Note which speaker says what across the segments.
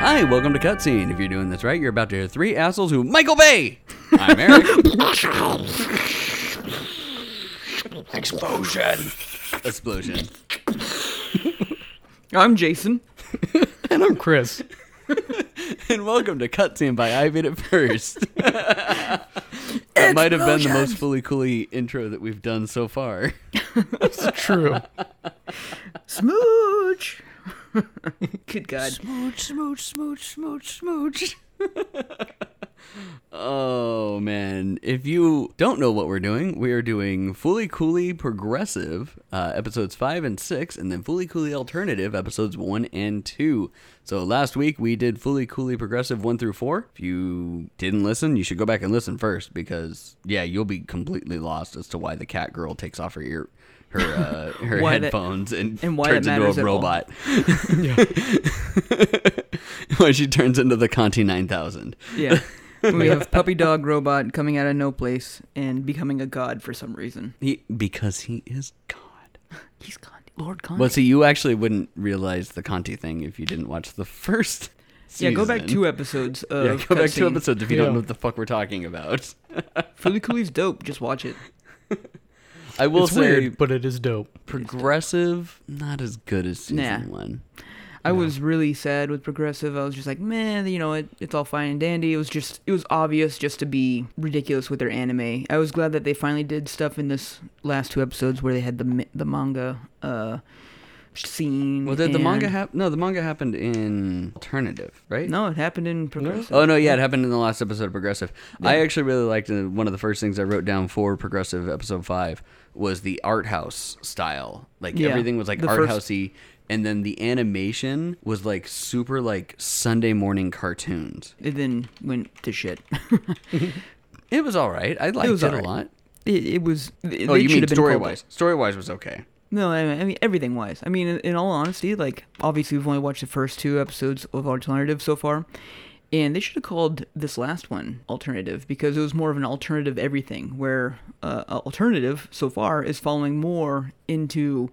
Speaker 1: Hi, welcome to Cutscene. If you're doing this right, you're about to hear three assholes who Michael Bay. I'm Eric.
Speaker 2: Explosion.
Speaker 1: Explosion.
Speaker 3: I'm Jason.
Speaker 4: And I'm Chris.
Speaker 1: And welcome to Cutscene by I Made It First. that might have been the most fully coolly intro that we've done so far.
Speaker 4: It's true.
Speaker 3: Smooch. Good God.
Speaker 1: Smooch, smooch, smooch, smooch, smooch. oh man! If you don't know what we're doing, we are doing Fully Coolly Progressive uh, episodes five and six, and then Fully Coolly Alternative episodes one and two. So last week we did Fully Coolly Progressive one through four. If you didn't listen, you should go back and listen first because yeah, you'll be completely lost as to why the cat girl takes off her ear. Her, uh, her
Speaker 3: Why that-
Speaker 1: headphones and,
Speaker 3: and why that
Speaker 1: turns into
Speaker 3: matters
Speaker 1: a
Speaker 3: at all.
Speaker 1: robot. when she turns into the Conti 9000.
Speaker 3: Yeah. We have puppy dog robot coming out of no place and becoming a god for some reason.
Speaker 1: He, because he is God.
Speaker 3: He's Gandhi. Lord Gandhi.
Speaker 1: Well, see, you actually wouldn't realize the Conti thing if you didn't watch the first.
Speaker 3: yeah, go back
Speaker 1: season.
Speaker 3: two episodes of
Speaker 1: Yeah, go back two
Speaker 3: cutscene.
Speaker 1: episodes if you
Speaker 4: Yeah.
Speaker 1: don't know what the fuck we're talking about.
Speaker 3: Foolie Coolie's dope. Just watch it.
Speaker 1: I will
Speaker 4: it's
Speaker 1: say
Speaker 4: weird, but it is dope.
Speaker 1: progressive, not as good as season
Speaker 3: Nah.
Speaker 1: one.
Speaker 3: I was really sad with Progressive. I was just like, man, you know, it, it's all fine and dandy. It was just, it was obvious just to be ridiculous with their anime. I was glad that they finally did stuff in this last two episodes where they had the ma- the manga uh, scene.
Speaker 1: Well, did the manga
Speaker 3: and-
Speaker 1: happen? No, the manga happened in alternative, right?
Speaker 3: No, it happened in Progressive.
Speaker 1: Oh no, yeah, it happened in the last episode of Progressive. I actually really liked uh, one of the first things I wrote down for Progressive episode five was the art house style. Like
Speaker 3: Yeah,
Speaker 1: everything was like
Speaker 3: the
Speaker 1: art
Speaker 3: first-
Speaker 1: housey, and then the animation was like super like Sunday morning cartoons.
Speaker 3: It then went to shit.
Speaker 1: It was all right. I liked it,
Speaker 3: was all
Speaker 1: a
Speaker 3: right.
Speaker 1: lot.
Speaker 3: it, it was. It,
Speaker 1: Oh,
Speaker 3: it
Speaker 1: you
Speaker 3: should
Speaker 1: mean
Speaker 3: have been
Speaker 1: story
Speaker 3: called-
Speaker 1: wise? Story wise was okay.
Speaker 3: No, I mean, I mean everything wise. I mean, in, in all honesty, like obviously we've only watched the first two episodes of Alternative so far, and they should have called this last one Alternative because it was more of an alternative everything, where uh, uh, Alternative so far is following more into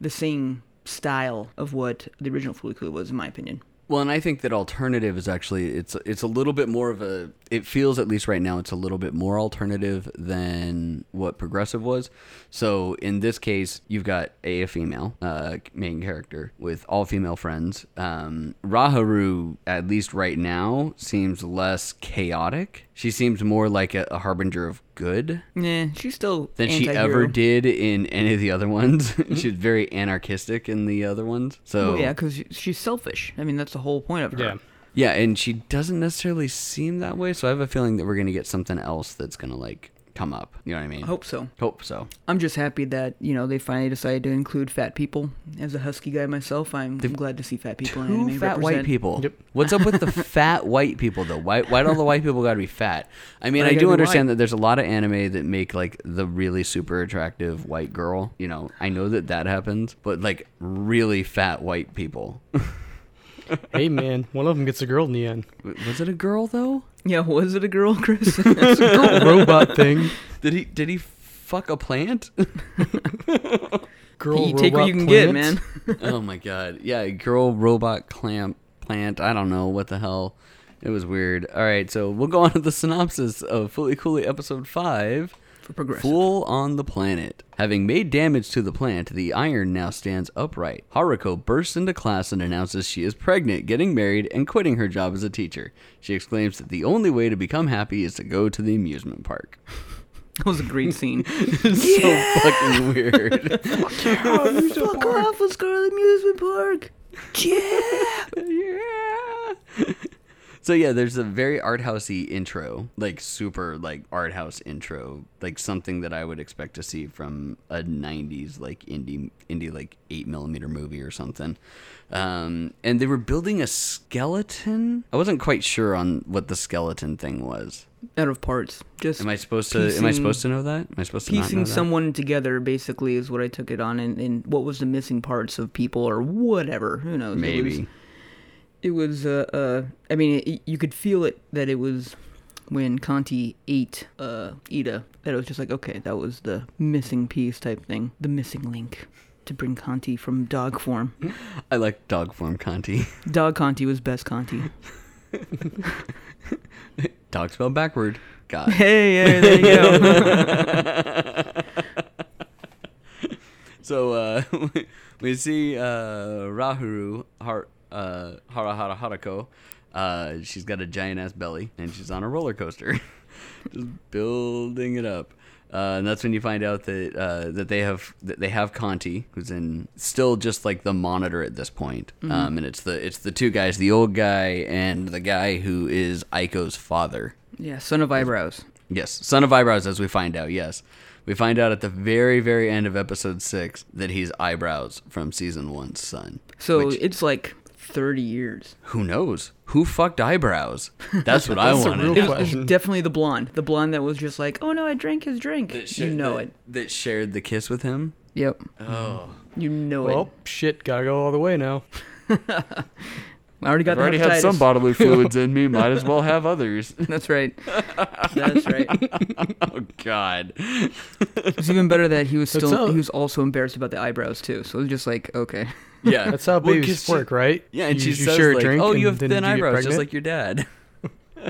Speaker 3: the same style of what the original Fully Clue was, in my opinion.
Speaker 1: Well, and I think that alternative is actually it's it's a little bit more of a it feels at least right now it's a little bit more alternative than what progressive was. So in this case, you've got a, female uh, main character with all female friends. Um, Raharu, at least right now, seems less chaotic. She seems more like a, a harbinger of good
Speaker 3: Nah, she's still
Speaker 1: than she
Speaker 3: anti-hero.
Speaker 1: ever did in any of the other ones. She's very anarchistic in the other ones. So
Speaker 3: Well, yeah, because she's selfish. I mean, that's the whole point of her.
Speaker 4: Yeah.
Speaker 1: yeah, and she doesn't necessarily seem that way, so I have a feeling that we're gonna get something else that's gonna like come up. You know what I mean?
Speaker 3: I hope so.
Speaker 1: Hope so.
Speaker 3: I'm just happy that you know they finally decided to include fat people. As a husky guy myself, I'm glad to see fat people in
Speaker 1: Two
Speaker 3: anime.
Speaker 1: fat white
Speaker 3: represent.
Speaker 1: people.
Speaker 4: Yep.
Speaker 1: What's up with the fat white people though? Why why do all the white people gotta be fat? I mean,
Speaker 3: Why
Speaker 1: I
Speaker 3: they gotta
Speaker 1: do
Speaker 3: be
Speaker 1: understand
Speaker 3: white?
Speaker 1: that there's a lot of anime that make like the really super attractive white girl. You know, I know that that happens, but like really fat white people.
Speaker 4: hey man, one of them gets a girl in the end.
Speaker 1: W- Was it a girl though?
Speaker 3: Yeah, was it a girl, Chris?
Speaker 4: Girl robot thing.
Speaker 1: Did he did he fuck a plant?
Speaker 4: Girl
Speaker 1: E
Speaker 3: you take what
Speaker 4: robot
Speaker 3: you can get,
Speaker 4: plants.
Speaker 3: man.
Speaker 1: oh my god. Yeah, girl robot clamp plant. I don't know what the hell. It was weird. All right, so we'll go on to the synopsis of Fully Cooley episode 5.
Speaker 3: For progressive.
Speaker 1: Fool on the planet. Having made damage to the plant, the iron now stands upright. Haruko bursts into class and announces she is pregnant, getting married, and quitting her job as a teacher. She exclaims that the only way to become happy is to go to the amusement park.
Speaker 3: That was a great scene.
Speaker 1: It's so fucking weird.
Speaker 3: Fuck off! Let's go to the amusement park. Yeah.
Speaker 1: yeah. So yeah, there's a very art housey intro, like super like art house intro, like something that I would expect to see from a '90s like indie indie like eight millimeter movie or something. Um, and they were building a skeleton. I wasn't quite sure on what the skeleton thing was.
Speaker 3: Out of parts, just
Speaker 1: Am I supposed to? am I
Speaker 3: Piecing-
Speaker 1: supposed to know that? Am I supposed to not know
Speaker 3: piecing
Speaker 1: that?
Speaker 3: someone together basically is what I took it on, and, and what was the missing parts of people or whatever. Who knows? It was-
Speaker 1: Maybe.
Speaker 3: it was uh, uh i mean it, you could feel it that it was when conti ate uh ida that it was just like okay that was the missing piece type thing the missing link to bring Conti from dog form.
Speaker 1: I like dog form Conti.
Speaker 3: Dog Conti was best Conti.
Speaker 1: Dog spelled backward. God.
Speaker 3: Hey, hey, there you go.
Speaker 1: So uh, we see uh, Rahuru Har, uh, Harahara Harako. Uh, she's got a giant ass belly and she's on a roller coaster, just building it up. Uh, and that's when you find out that uh, that they have that they have Conti, who's in still just like the monitor at this point. Um, and it's the it's the two guys, the old guy and the guy who is Aiko's father.
Speaker 3: yeah, son of eyebrows.
Speaker 1: Yes, son of eyebrows, as we find out. Yes, we find out at the very, very end of episode six that he's eyebrows from season one's son.
Speaker 3: So
Speaker 1: Which-
Speaker 3: it's like 30 years.
Speaker 1: who knows? Who fucked eyebrows? That's what I
Speaker 4: That's a
Speaker 1: want
Speaker 4: real
Speaker 1: to
Speaker 3: It
Speaker 1: know.
Speaker 4: question.
Speaker 3: was, it was definitely the blonde. The blonde that was just like, oh no, I drank his drink. you know
Speaker 1: that,
Speaker 3: it.
Speaker 1: That shared the kiss with him.
Speaker 3: Yep.
Speaker 4: Mm-hmm.
Speaker 1: Oh,
Speaker 3: You know
Speaker 4: Well,
Speaker 3: it.
Speaker 4: shit, gotta go all the way now.
Speaker 3: I already got
Speaker 2: I've
Speaker 3: the
Speaker 2: already had
Speaker 3: hepatitis.
Speaker 2: some bodily fluids in me. Might as well have others.
Speaker 3: That's right. That's right.
Speaker 1: oh God!
Speaker 3: It's even better that he was
Speaker 4: That's
Speaker 3: still
Speaker 4: how-
Speaker 3: he was also embarrassed about the eyebrows too. So it was just like, okay.
Speaker 1: Yeah,
Speaker 4: That's how
Speaker 1: Well,
Speaker 4: babies
Speaker 1: 'cause she-
Speaker 4: work, right?
Speaker 1: Yeah, and
Speaker 4: you,
Speaker 1: she
Speaker 4: you
Speaker 1: says
Speaker 4: share a
Speaker 1: like,
Speaker 4: drink
Speaker 1: "Oh,
Speaker 4: and
Speaker 1: you have
Speaker 4: then
Speaker 1: thin
Speaker 4: you get
Speaker 1: eyebrows, just
Speaker 4: pregnant?
Speaker 1: like your dad."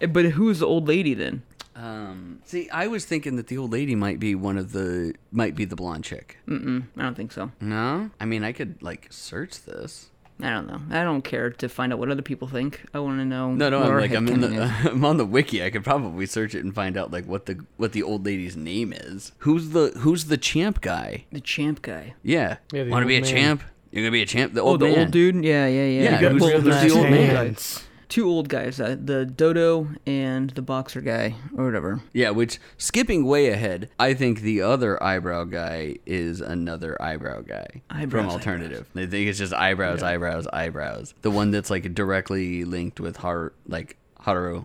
Speaker 3: Eh, But who was the old lady then?
Speaker 1: Um, see, I was thinking that the old lady might be one of the might be the blonde chick.
Speaker 3: Mm-mm, I don't think so.
Speaker 1: No, I mean I could like search this.
Speaker 3: I don't know. I don't care to find out what other people think. I want to know.
Speaker 1: No, no,
Speaker 3: what
Speaker 1: I'm
Speaker 3: our
Speaker 1: like I'm in the uh,
Speaker 3: headcanon is.
Speaker 1: I'm on the wiki. I could probably search it and find out like what the what the old lady's name is. Who's the who's the champ guy?
Speaker 3: the champ guy.
Speaker 1: Yeah,
Speaker 4: Yeah, the
Speaker 1: want to
Speaker 4: old
Speaker 1: be a
Speaker 4: man.
Speaker 1: champ? You're gonna be a champ. The
Speaker 3: Oh,
Speaker 1: old
Speaker 3: the
Speaker 1: man.
Speaker 3: old dude. Yeah, yeah, yeah.
Speaker 1: Yeah,
Speaker 4: You got
Speaker 1: who's-
Speaker 4: real
Speaker 1: who's the
Speaker 4: nice
Speaker 1: old man?
Speaker 4: hands.
Speaker 3: Two old guys, uh, the dodo and the boxer guy, or whatever.
Speaker 1: Yeah, which skipping way ahead, I think the other eyebrow guy is another eyebrow guy
Speaker 3: Eyebrows,
Speaker 1: from alternative. They think it's just eyebrows, eyebrows, eyebrows. The one that's like directly linked with Har like Haru.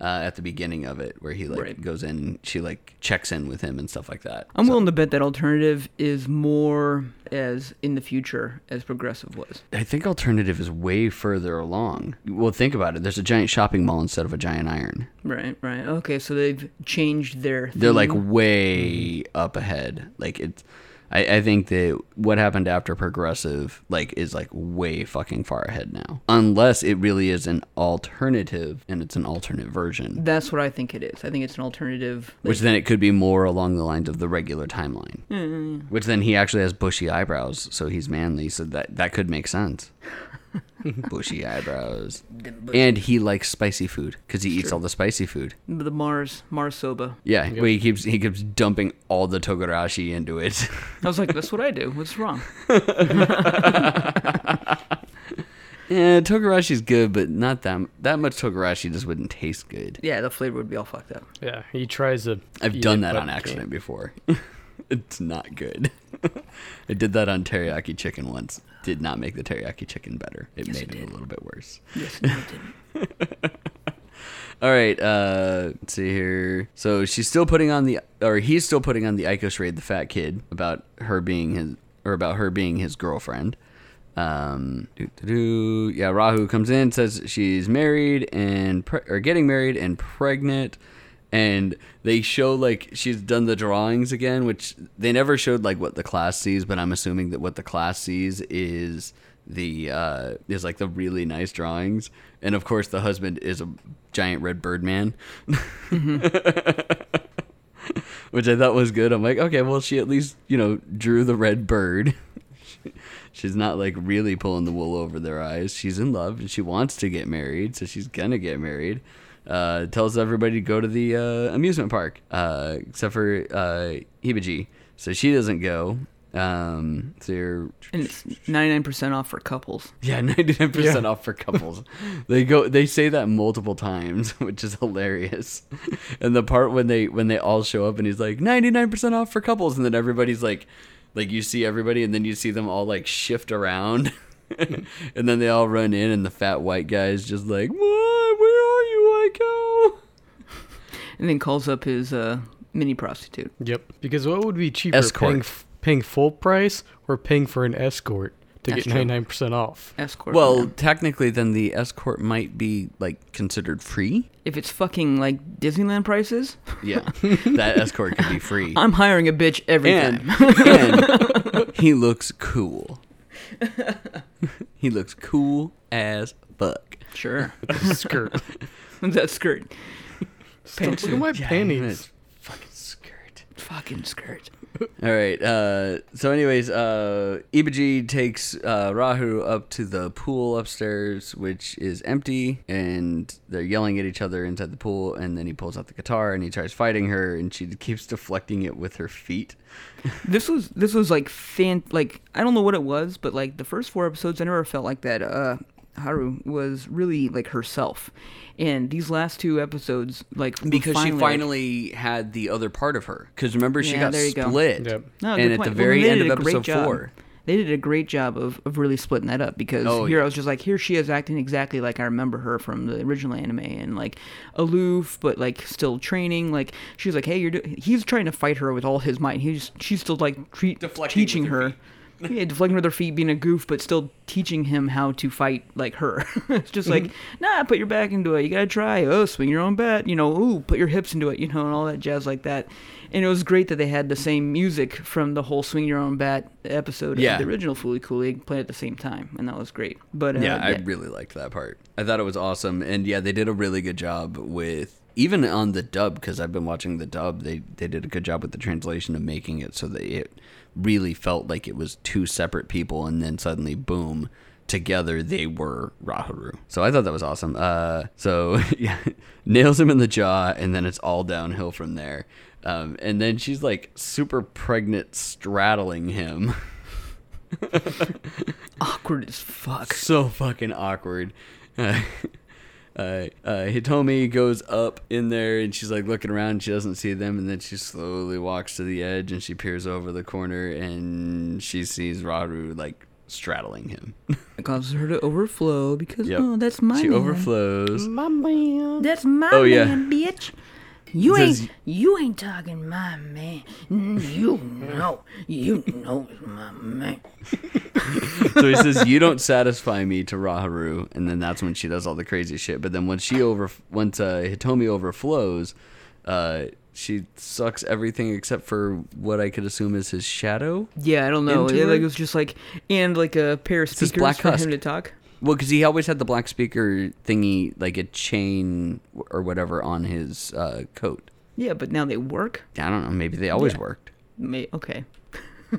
Speaker 1: Uh, at the beginning of it, where he like
Speaker 3: Right. Um,
Speaker 1: goes in, and she like checks in with him and stuff like that.
Speaker 3: I'm willing to bet that alternative is more as in the future as progressive was.
Speaker 1: I think alternative is way further along. Well, think about it. There's a giant shopping mall instead of a giant iron.
Speaker 3: Right, right. Okay, so they've changed their.
Speaker 1: They're like
Speaker 3: theme.
Speaker 1: way up ahead. Like it's, I, I think that what happened after progressive like is like way fucking far ahead now. Unless it really is an alternative and it's an alternate version,
Speaker 3: That's what I think it is. I think it's an alternative.
Speaker 1: which then it could be more along the lines of the regular timeline. Which then he actually has bushy eyebrows, so he's manly. So that that could make sense. bushy eyebrows. And he likes spicy food because he eats all the spicy food.
Speaker 3: the Mars Mars soba.
Speaker 1: Yeah, where he keeps he keeps dumping all the togarashi into it.
Speaker 3: I was like, that's what I do. What's wrong?
Speaker 1: yeah, togarashi's Eh, good, but not that that much togarashi just wouldn't taste good.
Speaker 3: Yeah, the flavor would be all fucked up.
Speaker 4: Yeah, he tries to.
Speaker 1: I've
Speaker 4: eat
Speaker 1: done
Speaker 4: it,
Speaker 1: that
Speaker 4: but
Speaker 1: on
Speaker 4: can't.
Speaker 1: accident before. it's not good. I did that on teriyaki chicken once. Did not make the teriyaki chicken better. It made it a little bit worse.
Speaker 3: Yes, no, it didn't.
Speaker 1: All right, uh, let's see here. So she's still putting on the, or he's still putting on the Ico charade, the fat kid, about her being his, or about her being his girlfriend. Um, doo-doo-doo. yeah, Rahu comes in, says she's married and pre- or getting married and pregnant, and they show like she's done the drawings again, which they never showed like what the class sees, but I'm assuming that what the class sees is the uh is like the really nice drawings and of course the husband is a giant red bird man which i thought was good i'm like okay well she at least you know drew the red bird she's not like really pulling the wool over their eyes she's in love and she wants to get married so she's gonna get married uh tells everybody to go to the uh amusement park uh except for uh hibaji so she doesn't go um so you're
Speaker 3: And it's 99% off for couples.
Speaker 1: yeah, ninety nine percent
Speaker 4: Yeah.
Speaker 1: off for couples. they go. They say that multiple times, which is hilarious. And the part when they when they all show up and he's like ninety nine percent off for couples, and then everybody's like, like you see everybody, and then you see them all like shift around, and then they all run in, and the fat white guy is just like, what? Where are you, Ico?
Speaker 3: And then calls up his uh, mini prostitute.
Speaker 4: Yep. Because what would be cheaper,
Speaker 1: Escort.
Speaker 4: paying, f- paying full price or paying for an escort They
Speaker 3: That's
Speaker 4: get
Speaker 3: true.
Speaker 4: ninety nine percent off.
Speaker 3: escort.
Speaker 1: Well,
Speaker 3: man.
Speaker 1: technically, then the escort might be like considered free.
Speaker 3: if it's fucking like Disneyland prices,
Speaker 1: Yeah, that escort could be free.
Speaker 3: I'm hiring a bitch every
Speaker 1: and,
Speaker 3: time.
Speaker 1: and he looks cool. he looks cool as fuck.
Speaker 3: Sure,
Speaker 4: Skirt.
Speaker 3: that skirt,
Speaker 4: Look at
Speaker 3: pantsuit,
Speaker 4: my
Speaker 1: Yeah,
Speaker 4: panties.
Speaker 1: Fucking skirt.
Speaker 3: fucking skirt.
Speaker 1: All right. Uh, so, anyways, uh, Ibaji takes uh, Rahu up to the pool upstairs, which is empty, and they're yelling at each other inside the pool. And then he pulls out the guitar and he tries fighting her, and she keeps deflecting it with her feet.
Speaker 3: This was this was like fan like I don't know what it was, but like the first four episodes, I never felt like that. Uh, Haru was really like herself, and these last two episodes, like were
Speaker 1: Because
Speaker 3: finally,
Speaker 1: she
Speaker 3: like-
Speaker 1: finally had the other part of her. Because remember, she
Speaker 3: Yeah,
Speaker 1: got
Speaker 3: there you go.
Speaker 1: split.
Speaker 4: Yep.
Speaker 3: No, good
Speaker 1: and at
Speaker 3: point.
Speaker 1: the
Speaker 3: Well,
Speaker 1: very
Speaker 3: they
Speaker 1: end
Speaker 3: did
Speaker 1: of
Speaker 3: a great
Speaker 1: episode
Speaker 3: job.
Speaker 1: four.
Speaker 3: They did a great job of, of really splitting that up because
Speaker 1: Oh,
Speaker 3: here
Speaker 1: yeah.
Speaker 3: I was just like, here she is acting exactly like I remember her from the original anime and like aloof but like still training. Like she's like, hey, you're do-. he's trying to fight her with all his might. He's she's still like treat,
Speaker 1: Deflecting
Speaker 3: teaching
Speaker 1: with her
Speaker 3: her. Yeah, deflecting with her feet, being a goof, but still teaching him how to fight like her. it's just like,
Speaker 1: Mm-hmm.
Speaker 3: nah, put your back into it. You gotta try. Oh, swing your own bat. You know, ooh, put your hips into it. You know, and all that jazz like that. And it was great that they had the same music from the whole swing your own bat episode
Speaker 1: Yeah.
Speaker 3: of the original Foolie Coolie played at the same time, and that was great. But uh,
Speaker 1: yeah, I really liked that part. I thought it was awesome, and yeah, they did a really good job with even on the dub because I've been watching the dub. They they did a good job with the translation of making it so that it really felt like it was two separate people, and then suddenly, boom. Together they were Rahuru, so I thought that was awesome. Uh, so yeah, nails him in the jaw, and then it's all downhill from there. Um, and then she's like super pregnant, straddling him.
Speaker 3: awkward as fuck.
Speaker 1: So fucking awkward. Uh, uh, Hitomi goes up in there and she's like looking around. She doesn't see them, and then she slowly walks to the edge and she peers over the corner and she sees Raru like straddling him.
Speaker 3: It causes her to overflow because
Speaker 1: Yep.
Speaker 3: oh, that's my
Speaker 1: she
Speaker 3: man.
Speaker 1: overflows.
Speaker 4: My man.
Speaker 3: That's my
Speaker 1: Oh, yeah.
Speaker 3: man, bitch. You
Speaker 1: Does-
Speaker 3: ain't you ain't talking my man. Mm, You know, you know it's my man.
Speaker 1: so he says, "You don't satisfy me" to Raharu, and then that's when she does all the crazy shit. But then when she over, once uh, Hitomi overflows, uh, she sucks everything except for what I could assume is his shadow.
Speaker 3: Yeah, I don't know.
Speaker 1: Into
Speaker 3: It, like
Speaker 1: her?
Speaker 3: it was just like and like a pair of
Speaker 1: this
Speaker 3: speakers
Speaker 1: black
Speaker 3: for
Speaker 1: husk.
Speaker 3: him to talk.
Speaker 1: Well, because he always had the black speaker thingy, like a chain or whatever, on his uh, coat.
Speaker 3: Yeah, but now they work.
Speaker 1: I don't know. Maybe they always worked,
Speaker 3: May, okay.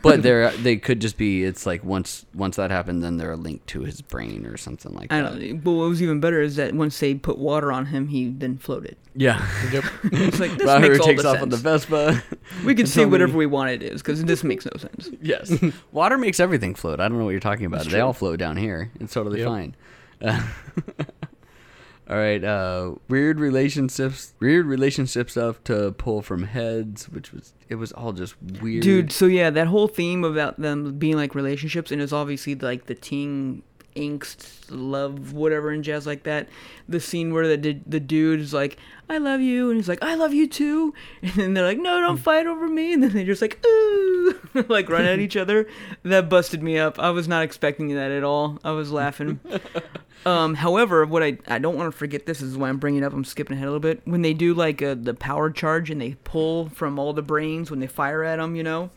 Speaker 1: but they're they could just be. It's like once once that happened, then they're linked to his brain or something like
Speaker 3: I
Speaker 1: that.
Speaker 3: don't. But what was even better is that once they put water on him, he then floated.
Speaker 1: Yeah,
Speaker 4: Yep.
Speaker 3: It's like this
Speaker 1: Raharu
Speaker 3: makes all
Speaker 1: takes
Speaker 3: the
Speaker 1: off
Speaker 3: sense.
Speaker 1: on the Vespa.
Speaker 3: we could say
Speaker 1: Hitomi-
Speaker 3: whatever we want it is because this makes no sense.
Speaker 1: Yes. Water makes everything float. I don't know what you're talking about. They all float down here. It's totally
Speaker 4: Yep.
Speaker 1: fine. all right. Uh, weird relationships. Weird relationship stuff to pull from heads, which was it was all just weird.
Speaker 3: dude so yeah that whole theme about them being like relationships and it's obviously like the teen angst love whatever and jazz like that the scene where the, d- the dude is like i love you and he's like i love you too and then they're like no don't fight over me and then they're just like ooh like run at each other that busted me up i was not expecting that at all i was laughing um, however, what I, I don't want to forget this is why I'm bringing it up. I'm skipping ahead a little bit. When they do like uh, the power charge and they pull from all the brains when they fire at them, you know,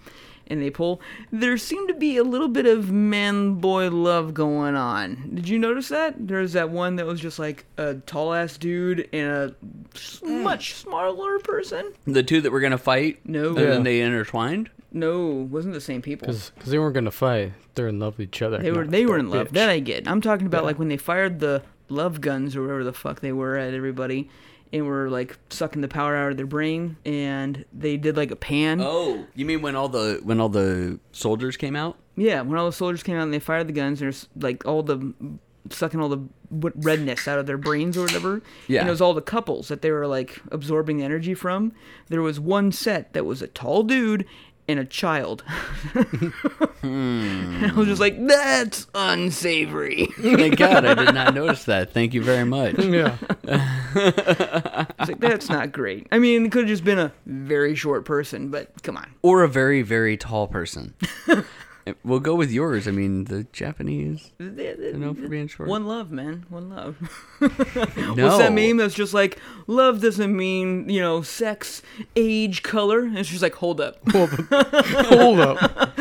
Speaker 3: and they pull, there seemed to be a little bit of man boy love going on. Did you notice that? There's that one that was just like a tall ass dude and a s- much smaller person.
Speaker 1: the two that were gonna fight.
Speaker 3: No.
Speaker 1: And then
Speaker 3: Yeah.
Speaker 1: they intertwined.
Speaker 3: No, wasn't the same people.
Speaker 4: Because they weren't gonna fight. They're in love with each other.
Speaker 3: They were
Speaker 4: Not
Speaker 3: they were
Speaker 4: that
Speaker 3: in love.
Speaker 4: bitch.
Speaker 3: That I get. I'm talking about like when they fired the love guns or whatever the fuck they were at everybody and were like sucking the power out of their brain and they did like a pan.
Speaker 1: Oh, you mean when all the when all the soldiers came out?
Speaker 3: Yeah, when all the soldiers came out and they fired the guns, there's like all the sucking all the what, redness out of their brains or whatever.
Speaker 1: Yeah.
Speaker 3: And it was all the couples that they were like absorbing the energy from. There was one set that was a tall dude and a child.
Speaker 1: Hmm.
Speaker 3: And I was just like, that's unsavory.
Speaker 1: Thank God I did not notice that. Thank you very much.
Speaker 4: Yeah.
Speaker 3: It's like that's not great. I mean, it could have just been a very short person, but come on.
Speaker 1: Or a very very tall person. We'll go with yours. I mean, the Japanese.
Speaker 3: You
Speaker 1: know, for being short.
Speaker 3: One love, man. One love. What's that meme that's just like, love doesn't mean, you know, sex, age, color? And it's just like, hold up.
Speaker 4: Hold up.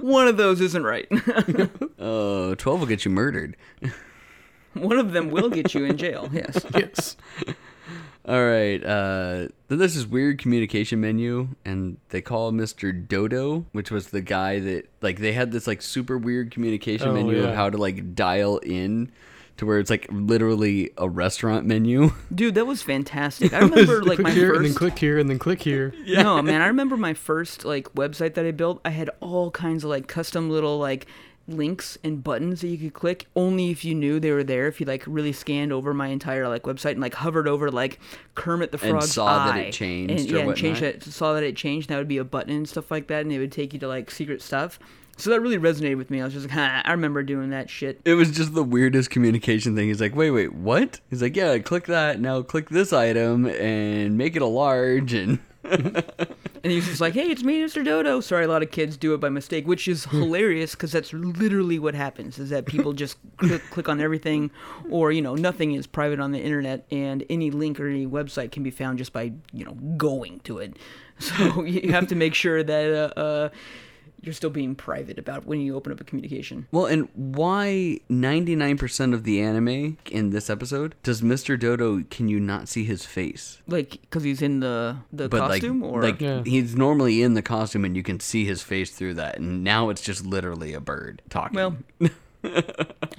Speaker 3: One of those isn't right.
Speaker 1: Oh, 12 will get you murdered.
Speaker 3: One of them will get you in jail, yes.
Speaker 4: Yes.
Speaker 1: All right. Uh, then there's this weird communication menu, and they call Mr. Dodo, which was the guy that like they had this like super weird communication
Speaker 4: Oh,
Speaker 1: menu
Speaker 4: yeah.
Speaker 1: of how to like dial in to where it's like literally a restaurant menu.
Speaker 3: Dude, that was fantastic. I remember like
Speaker 4: click
Speaker 3: my
Speaker 4: here and then
Speaker 3: first
Speaker 4: click here and then click here.
Speaker 3: No, man, I remember my first like website that I built. I had all kinds of like custom little like links and buttons that you could click only if you knew they were there. If you like really scanned over my entire like website and like hovered over like Kermit the
Speaker 1: And
Speaker 3: Frog's
Speaker 1: saw that it
Speaker 3: eye
Speaker 1: changed
Speaker 3: and,
Speaker 1: or
Speaker 3: yeah, and changed
Speaker 1: whatnot.
Speaker 3: that saw that it changed. And that would be a button and stuff like that, and it would take you to like secret stuff. So that really resonated with me. I was just like, ha, I remember doing that shit.
Speaker 1: It was just the weirdest communication thing. He's like, wait, wait, what? He's like, yeah, click that. Now click this item and make it a large. And
Speaker 3: And he was just like, "Hey, it's me, Mr. Dodo." Sorry, a lot of kids do it by mistake, which is
Speaker 1: Hmm.
Speaker 3: hilarious because that's literally what happens: is that people just click, click on everything, or you know, nothing is private on the internet, and any link or any website can be found just by you know going to it. So you have to make sure that uh, uh, you're still being private about when you open up a communication.
Speaker 1: well, and why 99% of the anime in this episode does Mr. Dodo, can you not see his face?
Speaker 3: Like, because he's in the the
Speaker 1: but
Speaker 3: costume,
Speaker 1: like,
Speaker 3: or
Speaker 1: like
Speaker 4: Yeah.
Speaker 1: he's normally in the costume and you can see his face through that and now it's just literally a bird talking
Speaker 3: well,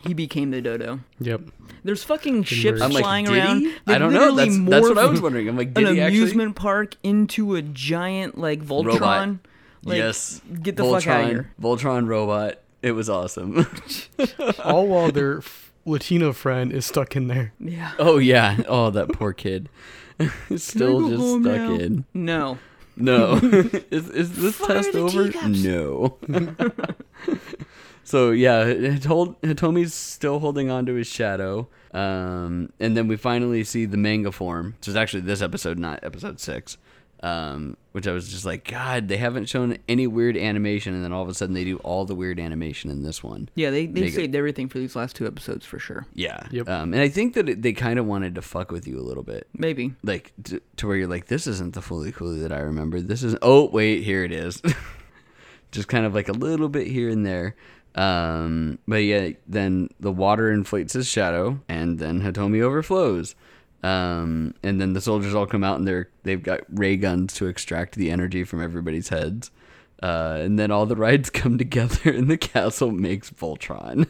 Speaker 3: he became the Dodo.
Speaker 4: Yep.
Speaker 3: There's fucking ships
Speaker 4: merge. I'm
Speaker 1: like,
Speaker 3: flying
Speaker 1: did he?
Speaker 3: around.
Speaker 1: I
Speaker 3: They
Speaker 1: don't know.
Speaker 3: literally
Speaker 1: That's- that's what I
Speaker 3: morphed
Speaker 1: was wondering. I'm like, did
Speaker 3: an
Speaker 1: he actually-
Speaker 3: amusement park into a giant like Voltron.
Speaker 1: Robot.
Speaker 3: Like,
Speaker 1: yes
Speaker 3: Get the fuck out of here.
Speaker 1: voltron robot it was awesome
Speaker 4: All while their f- Latino friend is stuck in there.
Speaker 3: Yeah.
Speaker 1: oh yeah oh that poor kid still
Speaker 3: go
Speaker 1: just
Speaker 3: home
Speaker 1: stuck
Speaker 3: now?
Speaker 1: in
Speaker 3: oh, No.
Speaker 1: no is, is this
Speaker 3: Fire
Speaker 1: test
Speaker 3: the
Speaker 1: over
Speaker 3: teacups.
Speaker 1: no so yeah Hitold- hitomi's still holding on to his shadow um, and then we finally see the manga form which is actually this episode not episode six um, which i was just like god they haven't shown any weird animation and then all of a sudden they do all the weird animation in this one
Speaker 3: Yeah, they they
Speaker 1: They go-
Speaker 3: saved everything for these last two episodes for sure.
Speaker 1: yeah
Speaker 4: Yep.
Speaker 1: um, and i think that it, they kind of wanted to fuck with you a little bit
Speaker 3: Maybe.
Speaker 1: like to, to where you're like, this isn't the fully coolly that I remember. This is oh wait, here it is. Just kind of like a little bit here and there. Um, but yeah, then the water inflates his shadow, and then Hatomi overflows. Um, and then the soldiers all come out, and they're they've got ray guns to extract the energy from everybody's heads. Uh, and then all the rides come together, and the castle makes Voltron,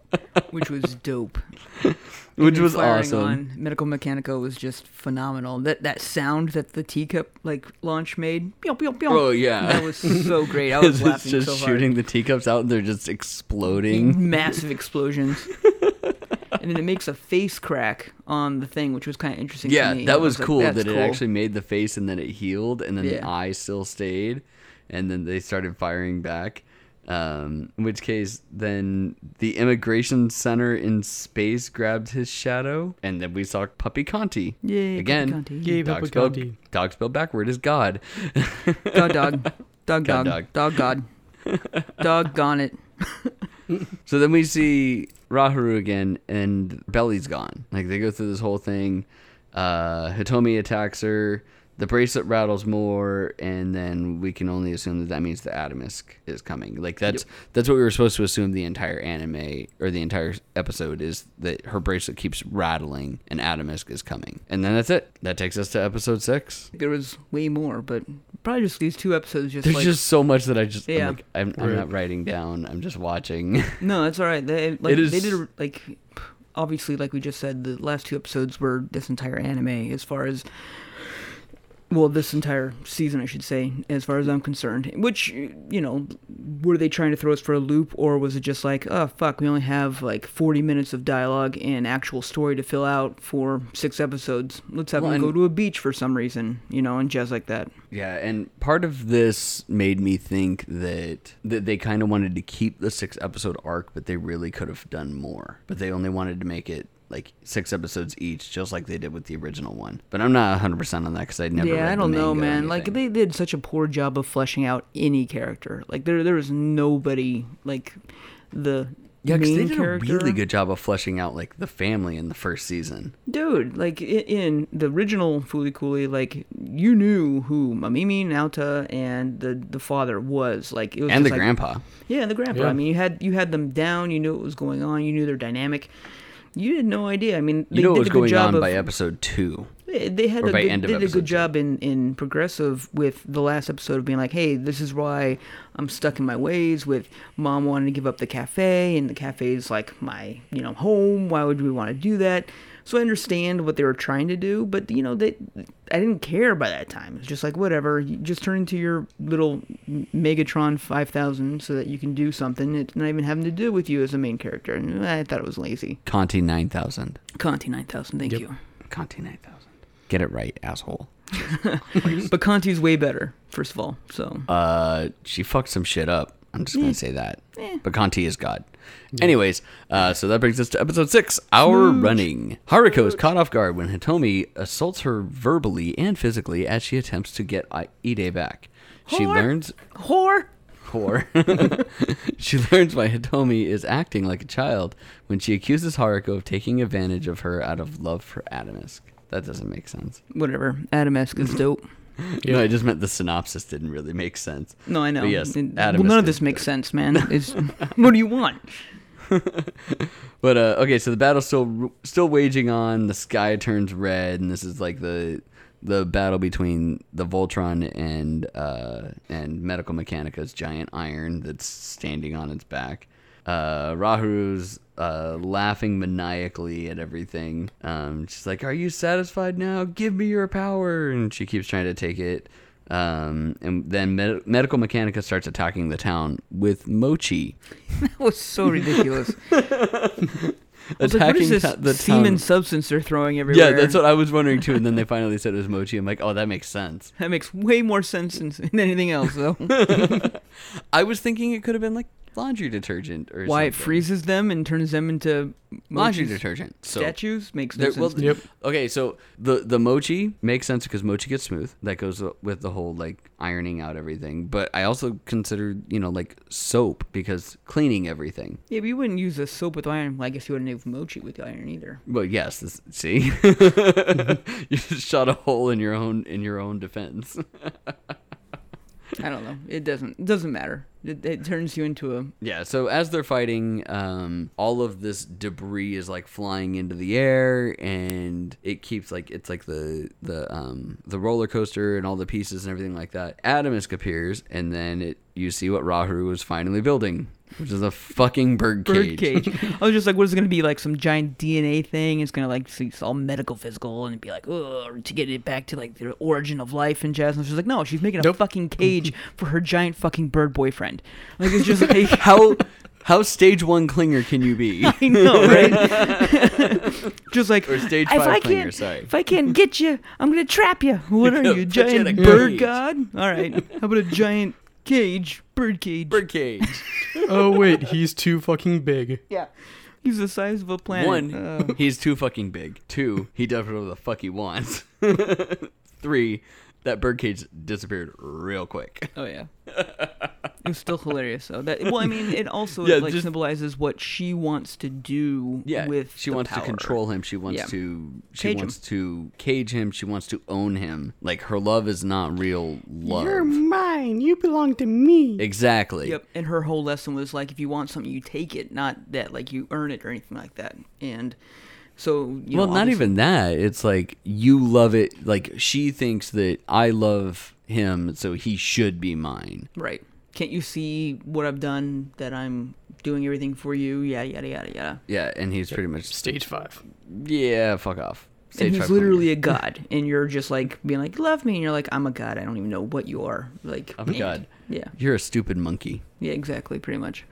Speaker 3: Which was dope. And
Speaker 1: which
Speaker 3: then
Speaker 1: was
Speaker 3: firing
Speaker 1: awesome.
Speaker 3: On. Medical Mechanico was just phenomenal. That that sound that the teacup like launch made. Pew, pew, pew.
Speaker 1: Oh yeah,
Speaker 3: That was so great. I was
Speaker 1: it's
Speaker 3: laughing
Speaker 1: just
Speaker 3: so hard.
Speaker 1: shooting the teacups out and they're just exploding.
Speaker 3: massive explosions. and then it makes a face crack on the thing, which was kind of interesting. to
Speaker 1: Yeah,
Speaker 3: me. I
Speaker 1: that was
Speaker 3: like,
Speaker 1: cool
Speaker 3: "That's
Speaker 1: that it
Speaker 3: cool."
Speaker 1: actually made the face and then it healed and then the
Speaker 3: Yeah.
Speaker 1: eye still stayed and then they started firing back. Um, in which case, then the immigration center in space grabbed his shadow, and then we saw Puppy Conti.
Speaker 3: Yay, Puppy
Speaker 1: Again,
Speaker 3: Conti.
Speaker 4: Yay,
Speaker 1: dog,
Speaker 4: Puppy
Speaker 1: spelled,
Speaker 4: Conti.
Speaker 1: dog spelled backward is God.
Speaker 3: dog dog
Speaker 1: God,
Speaker 3: dog dog
Speaker 1: dog.
Speaker 3: dog dog god dog gone it.
Speaker 1: So then we see Rahuru again, and Belly's gone. Like they go through this whole thing. Uh, Hitomi attacks her. The bracelet rattles more, and then we can only assume that that means the Atomisk is coming. Like that's that's what we were supposed to assume the entire anime or the entire episode is that her bracelet keeps rattling and Atomisk is coming, and then that's it. That takes us to episode six.
Speaker 3: There was way more, but probably just these two episodes. Just
Speaker 1: There's
Speaker 3: like
Speaker 1: just so much that I just
Speaker 3: Yeah.
Speaker 1: I'm, like, I'm, I'm
Speaker 4: Right.
Speaker 1: not writing down. I'm just watching.
Speaker 3: no, that's all right. They like
Speaker 1: It is-
Speaker 3: they did a, like obviously like we just said the last two episodes were this entire anime as far as well this entire season I should say as far as I'm concerned. Which you know were they trying to throw us for a loop or was it just like oh fuck we only have like 40 minutes of dialogue and actual story to fill out for six episodes. Let's have
Speaker 1: Well,
Speaker 3: them
Speaker 1: and-
Speaker 3: go to a beach for some reason you know and jazz like that.
Speaker 1: Yeah, and part of this made me think that that they kind of wanted to keep the six episode arc, but they really could have done more. But they only wanted to make it like six episodes each, just like they did with the original one. But I'm not 100 percent on that because I never.
Speaker 3: yeah,
Speaker 1: read
Speaker 3: I
Speaker 1: the
Speaker 3: don't know,
Speaker 1: manga or
Speaker 3: man. Like
Speaker 1: anything.
Speaker 3: they did such a poor job of fleshing out any character. Like there, there was nobody like the
Speaker 1: Yeah, because
Speaker 3: main
Speaker 1: they did
Speaker 3: character.
Speaker 1: a really good job of fleshing out like the family in the first season.
Speaker 3: dude. Like i- in the original Foolie Cooley, like you knew who Mamimi Nauta and the the father was. Like it was
Speaker 1: And the
Speaker 3: just like,
Speaker 1: grandpa.
Speaker 3: Yeah, and the grandpa.
Speaker 4: Yeah.
Speaker 3: I mean, you had you had them down. You knew what was going on. You knew their dynamic. You had no idea. I mean, they
Speaker 1: You know what
Speaker 3: did
Speaker 1: was
Speaker 3: a good
Speaker 1: going
Speaker 3: job
Speaker 1: on
Speaker 3: of,
Speaker 1: by episode two.
Speaker 3: They they had
Speaker 1: Or
Speaker 3: a
Speaker 1: by
Speaker 3: good,
Speaker 1: end of
Speaker 3: they did a
Speaker 1: episode
Speaker 3: good
Speaker 1: two.
Speaker 3: job in, in progressive with the last episode of being like, hey, this is why I'm stuck in my ways with mom wanting to give up the cafe and the cafe's like my you know home. Why would we want to do that? So I understand what they were trying to do, but you know they I didn't care by that time. It's just like whatever, you just turn into your little Megatron 5000 so that you can do something. It's not even having to do with you as a main character. And I thought it was lazy.
Speaker 1: Conti 9000.
Speaker 3: Conti 9000, thank
Speaker 4: Yep.
Speaker 3: you.
Speaker 1: Conti 9000. Get it right, asshole.
Speaker 3: But Conti's way better, first of all. So
Speaker 1: Uh, she fucked some shit up. I'm just gonna say that. But Conti is God. Anyways, uh, so that brings us to episode six. Our running. Haruko is caught off guard when Hitomi assaults her verbally and physically as she attempts to get I- Ide back. She
Speaker 3: Whore.
Speaker 1: learns
Speaker 3: whore.
Speaker 1: whore. she learns why Hitomi is acting like a child when she accuses Haruko of taking advantage of her out of love for Adamus. That doesn't make sense.
Speaker 3: Whatever. Adamask is dope.
Speaker 1: No, I just meant the synopsis didn't really make sense.
Speaker 3: No, I know.
Speaker 1: But yes,
Speaker 3: It- well,
Speaker 1: Adamus
Speaker 3: none of
Speaker 1: is
Speaker 3: this makes
Speaker 1: dope.
Speaker 3: sense, man. It's, what do you want?
Speaker 1: But uh, okay, so the battle's still still waging on. The sky turns red, and this is like the the battle between the Voltron and uh, and Medical Mechanica's giant iron that's standing on its back. Uh, Rahuru's uh, laughing maniacally at everything. Um, she's like, "Are you satisfied now? Give me your power!" And she keeps trying to take it. Um, and then Med- Medical Mechanica starts attacking the town with Mochi
Speaker 3: That was so ridiculous. I was
Speaker 1: attacking
Speaker 3: like, what is this
Speaker 1: ta- the
Speaker 3: semen
Speaker 1: town.
Speaker 3: substance they're throwing everywhere?
Speaker 1: Yeah, that's what I was wondering too. And then they finally said it was mochi. I'm like, oh, that makes sense.
Speaker 3: That makes way more sense than, than anything else, though.
Speaker 1: I was thinking it could have been like laundry detergent or
Speaker 3: Why it
Speaker 1: something.
Speaker 3: freezes them and turns them into
Speaker 1: laundry
Speaker 3: mochis-
Speaker 1: detergent. So
Speaker 3: statues makes no
Speaker 1: there-
Speaker 3: sense.
Speaker 1: well,
Speaker 4: Yep.
Speaker 1: okay, so the the mochi makes sense because mochi gets smooth. That goes with the whole like ironing out everything. But I also considered you know like soap because cleaning everything.
Speaker 3: yeah, but you wouldn't use a soap with iron. Well, I guess you wouldn't have mochi with iron either.
Speaker 1: Well, yes. This, see, you just shot a hole in your own in your own defense.
Speaker 3: I don't know. It doesn't. It doesn't matter. It, it turns you into a
Speaker 1: Yeah, so as they're fighting, um, all of this debris is like flying into the air, and it keeps like it's like the the um, the roller coaster and all the pieces and everything like that. Atomisk appears, and then it you see what Rahu was finally building, which is a fucking bird cage.
Speaker 3: bird cage. I was just like, what is it going to be like? Some giant DNA thing? It's going to like see it's all medical physical and be like, oh, to get it back to like the origin of life and jazz. And she's like, no, she's making a fucking cage for her giant fucking bird boyfriend. Like it's just like
Speaker 1: How how stage one clinger can you be?
Speaker 3: I know, right? just like
Speaker 1: Or stage
Speaker 3: if
Speaker 1: five
Speaker 3: I
Speaker 1: clinger,
Speaker 3: can't,
Speaker 1: sorry.
Speaker 3: if I can't get you, I'm gonna trap you. What are you,
Speaker 1: Put you in a
Speaker 3: giant bird
Speaker 1: cage.
Speaker 3: god? All right, how about a giant cage, bird cage?
Speaker 1: bird cage.
Speaker 4: oh wait, he's too fucking big.
Speaker 3: Yeah, he's the size of a planet.
Speaker 1: One,
Speaker 3: Uh,
Speaker 1: he's too fucking big. Two, he does whatever the fuck he wants. Three, that bird cage disappeared real quick.
Speaker 3: Oh yeah. it was still hilarious though. That well, I mean, it also
Speaker 1: Yeah,
Speaker 3: like
Speaker 1: just-
Speaker 3: symbolizes what she wants to do
Speaker 1: yeah,
Speaker 3: with
Speaker 1: she
Speaker 3: the
Speaker 1: wants
Speaker 3: power.
Speaker 1: to control him. She wants
Speaker 3: Yeah.
Speaker 1: to she
Speaker 3: Cage him.
Speaker 1: wants to cage him. She wants to own him. Like her love is not real love.
Speaker 4: mine. You belong to me.
Speaker 1: exactly.
Speaker 3: Yep. And her whole lesson was like if you want something you take it, not that like you earn it or anything like that. And so you
Speaker 1: well,
Speaker 3: know,
Speaker 1: not
Speaker 3: obviously-
Speaker 1: even that. It's like you love it. Like she thinks that I love him, so he should be mine.
Speaker 3: right. Can't you see what I've done that I'm doing everything for you? Yada yada yada yada.
Speaker 1: Yeah, and he's pretty much
Speaker 4: Stage five.
Speaker 1: yeah. Fuck off.
Speaker 3: and
Speaker 1: Stage
Speaker 3: he's
Speaker 1: five clinger.
Speaker 3: literally a god, and you're just like being like, "Love me," and you're like, "I'm a god. I don't even know what you are." Like,
Speaker 1: I'm a
Speaker 3: and-
Speaker 1: god.
Speaker 3: Yeah,
Speaker 1: You're a stupid monkey.
Speaker 3: yeah, exactly, pretty much.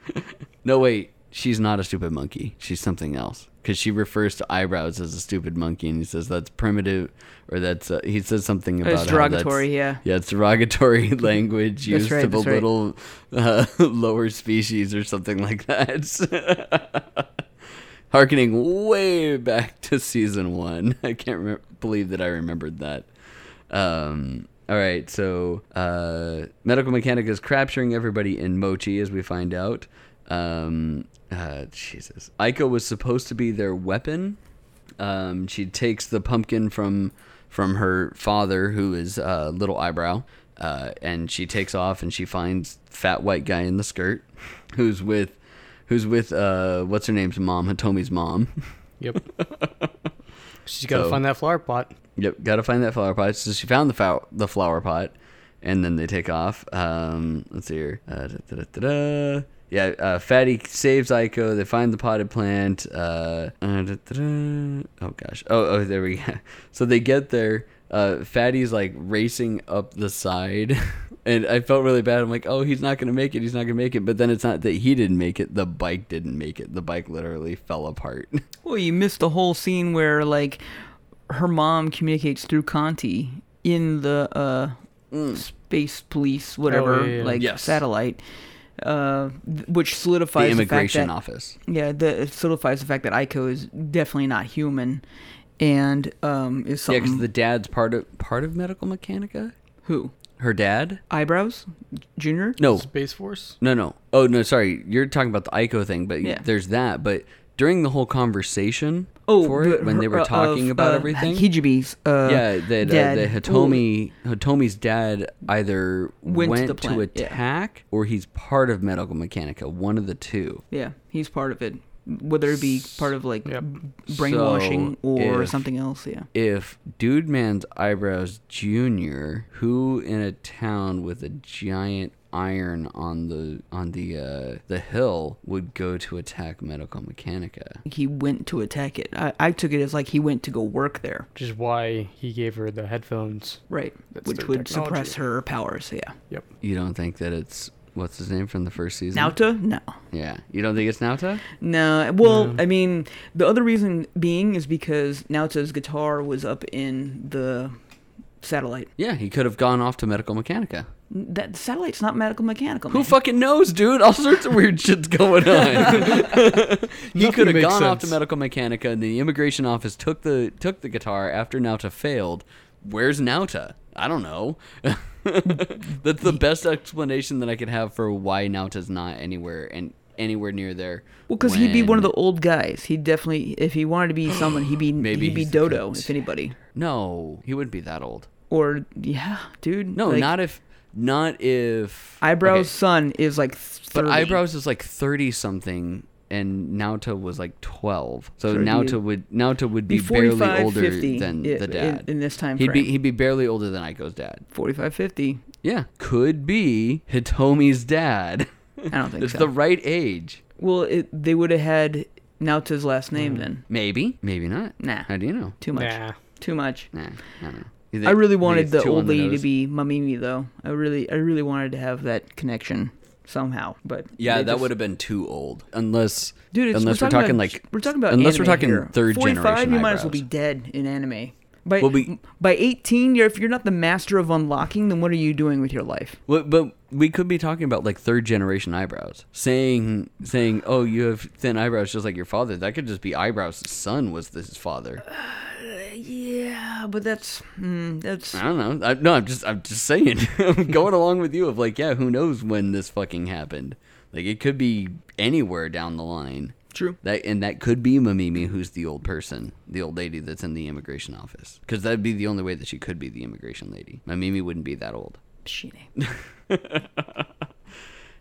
Speaker 1: No, wait. She's not a stupid monkey. She's something else. Because she refers to eyebrows as a stupid monkey, and he says that's primitive, or that's uh, he says something about
Speaker 3: It's
Speaker 1: how that's-
Speaker 3: derogatory, yeah.
Speaker 1: yeah, it's derogatory language used
Speaker 3: right,
Speaker 1: to
Speaker 3: that's right.
Speaker 1: belittle uh, lower species or something like that. harkening way back to season one. I can't remem- believe that I remembered that. Um, all right, so uh, medical mechanic is capturing everybody in Mochi, as we find out. Um, uh, Jesus, Aiko was supposed to be their weapon. Um, she takes the pumpkin from from her father, who is uh, Little Eyebrow, uh, and she takes off and she finds fat white guy in the skirt, who's with who's with uh, what's her name's mom, Hatomi's mom.
Speaker 4: Yep. She's got to
Speaker 1: So-
Speaker 4: find that flower pot.
Speaker 1: Yep, gotta find that flower pot. So she found the fow- the flower pot, and then they take off. Um, let's see here. Uh, da, da, da, da, da. Yeah, uh, Fatty saves Iko. They find the potted plant. Uh, uh, da, da, da. Oh gosh. Oh, oh, there we go. So they get there. Uh, Fatty's like racing up the side, and I felt really bad. I'm like, oh, he's not gonna make it. He's not gonna make it. But then it's not that he didn't make it. The bike didn't make it. The bike literally fell apart.
Speaker 3: Well, you missed the whole scene where like her mom communicates through Conti in the uh, space police, whatever,
Speaker 4: Oh, yeah, yeah.
Speaker 3: like
Speaker 1: Mm. Yes.
Speaker 3: satellite, uh, th- which
Speaker 1: the
Speaker 3: solidifies the, fact
Speaker 1: immigration
Speaker 3: that
Speaker 1: office.
Speaker 3: yeah, the, it solidifies the fact that Ico is definitely not human, and um, is
Speaker 1: Yeah, 'cause
Speaker 3: something
Speaker 1: the dad's part of part of Medical Mechanica.
Speaker 3: who
Speaker 1: Her dad?
Speaker 3: eyebrows, Junior.
Speaker 1: No,
Speaker 4: Space Force.
Speaker 1: no, no. Oh no, sorry. You're talking about the Ico thing, but
Speaker 3: Yeah.
Speaker 1: there's that. But during the whole conversation
Speaker 3: Oh,
Speaker 1: for it,
Speaker 3: the-
Speaker 1: when they were
Speaker 3: her-
Speaker 1: talking
Speaker 3: of,
Speaker 1: about
Speaker 3: uh,
Speaker 1: everything,
Speaker 3: Hijibi's. Uh,
Speaker 1: yeah, that uh,
Speaker 3: dad.
Speaker 1: the Hatomi Hatomi's dad either
Speaker 3: Went
Speaker 1: went,
Speaker 3: to the
Speaker 1: to,
Speaker 3: plant, yeah.
Speaker 1: attack or he's part of Medical Mechanica. One of the two.
Speaker 3: Yeah, he's part of it. Whether it be part of like
Speaker 4: Yep.
Speaker 3: brainwashing
Speaker 1: So,
Speaker 3: or
Speaker 1: if-
Speaker 3: something else, yeah.
Speaker 1: If Dude Man's eyebrows Junior, who in a town with a giant iron on the on the uh, the hill would go to attack Medical Mechanica.
Speaker 3: He went to attack it. I, I took it as like he went to go work there,
Speaker 4: Which is why he gave her the headphones.
Speaker 3: right?
Speaker 4: That's
Speaker 3: Which
Speaker 4: their
Speaker 3: would
Speaker 4: technology.
Speaker 3: suppress her powers. Yeah.
Speaker 4: Yep.
Speaker 1: You don't think that it's what's his name from the first season?
Speaker 3: Nauta? No.
Speaker 1: Yeah. You don't think it's Nauta?
Speaker 3: No. Well, I mean, the other reason being is because Nauta's guitar was up in the satellite.
Speaker 1: Yeah, he could have gone off to Medical Mechanica.
Speaker 3: That satellite's not medical mechanical.
Speaker 1: Who
Speaker 3: man.
Speaker 1: fucking knows, dude? All sorts of weird shit's going on. he
Speaker 4: Nothing
Speaker 1: could have
Speaker 4: makes
Speaker 1: gone off to
Speaker 4: sense.
Speaker 1: Medical Mechanica, and the immigration office took the took the guitar after Nauta failed. Where's Nauta? I don't know. That's the best explanation that I could have for why Nauta's not anywhere and anywhere near there.
Speaker 3: Well, because he'd be one of
Speaker 1: when-
Speaker 3: the old guys. He'd definitely, if he wanted to be someone, he'd be
Speaker 1: Maybe
Speaker 3: he'd be
Speaker 1: he's the
Speaker 3: Dodo, if anybody.
Speaker 1: No, he wouldn't be that old.
Speaker 3: Or yeah, dude.
Speaker 1: No,
Speaker 3: like,
Speaker 1: not if not if
Speaker 3: eyebrows.
Speaker 1: okay,
Speaker 3: Son is like
Speaker 1: but
Speaker 3: thirty.
Speaker 1: eyebrows is like thirty something, and Nauta was like twelve. So
Speaker 3: 30.
Speaker 1: Nauta would Nauta would
Speaker 3: Be
Speaker 1: be barely
Speaker 3: 45,
Speaker 1: older
Speaker 3: 50
Speaker 1: than
Speaker 3: i-
Speaker 1: the
Speaker 3: in-
Speaker 1: dad
Speaker 3: in this time
Speaker 1: He'd
Speaker 3: frame.
Speaker 1: be he'd be barely older than Aiko's dad.
Speaker 3: 45, 50.
Speaker 1: Yeah, could be Hitomi's dad.
Speaker 3: I don't think
Speaker 1: it's
Speaker 3: so.
Speaker 1: the right age.
Speaker 3: well, it, they would have had Nauta's last name then.
Speaker 1: Maybe, maybe not.
Speaker 3: Nah.
Speaker 1: How do you know?
Speaker 3: Too much.
Speaker 4: Nah.
Speaker 3: Too much.
Speaker 1: Nah, I don't know. You
Speaker 3: I
Speaker 1: think-
Speaker 3: really
Speaker 1: think
Speaker 3: wanted
Speaker 1: it's
Speaker 3: the
Speaker 1: too on
Speaker 3: old lady to
Speaker 1: nose?
Speaker 3: be Mamimi though. I really, I really wanted to have that connection somehow. But
Speaker 1: Yeah,
Speaker 3: they
Speaker 1: that
Speaker 3: just-
Speaker 1: would have been too old. Unless,
Speaker 3: Dude, it's,
Speaker 1: unless
Speaker 3: we're, talking
Speaker 1: talking,
Speaker 3: about,
Speaker 1: like
Speaker 3: we're talking about
Speaker 1: unless we're
Speaker 3: anime
Speaker 1: talking
Speaker 3: here.
Speaker 1: third
Speaker 3: 45,
Speaker 1: generation
Speaker 3: you might as well be
Speaker 1: eyebrows.
Speaker 3: dead in anime. By
Speaker 1: Well, we-
Speaker 3: by eighteen, you're, if you're not the master of unlocking, then what are you doing with your life?
Speaker 1: Well, but we could be talking about like third generation eyebrows. Saying saying, "Oh, you have thin eyebrows just like your father." That could just be eyebrows. Son was his father. Uh,
Speaker 3: Yeah, but that's
Speaker 1: hmm,
Speaker 3: mm, that's
Speaker 1: I don't know. I, no, I'm just I'm just saying. I'm going along with you of like, yeah, who knows when this fucking happened? Like it could be anywhere down the line.
Speaker 3: true.
Speaker 1: That and that could be Mamimi, who's the old person, the old lady that's in the immigration office, because that'd be the only way that she could be the immigration lady. Mamimi wouldn't be that old.
Speaker 3: Shitty.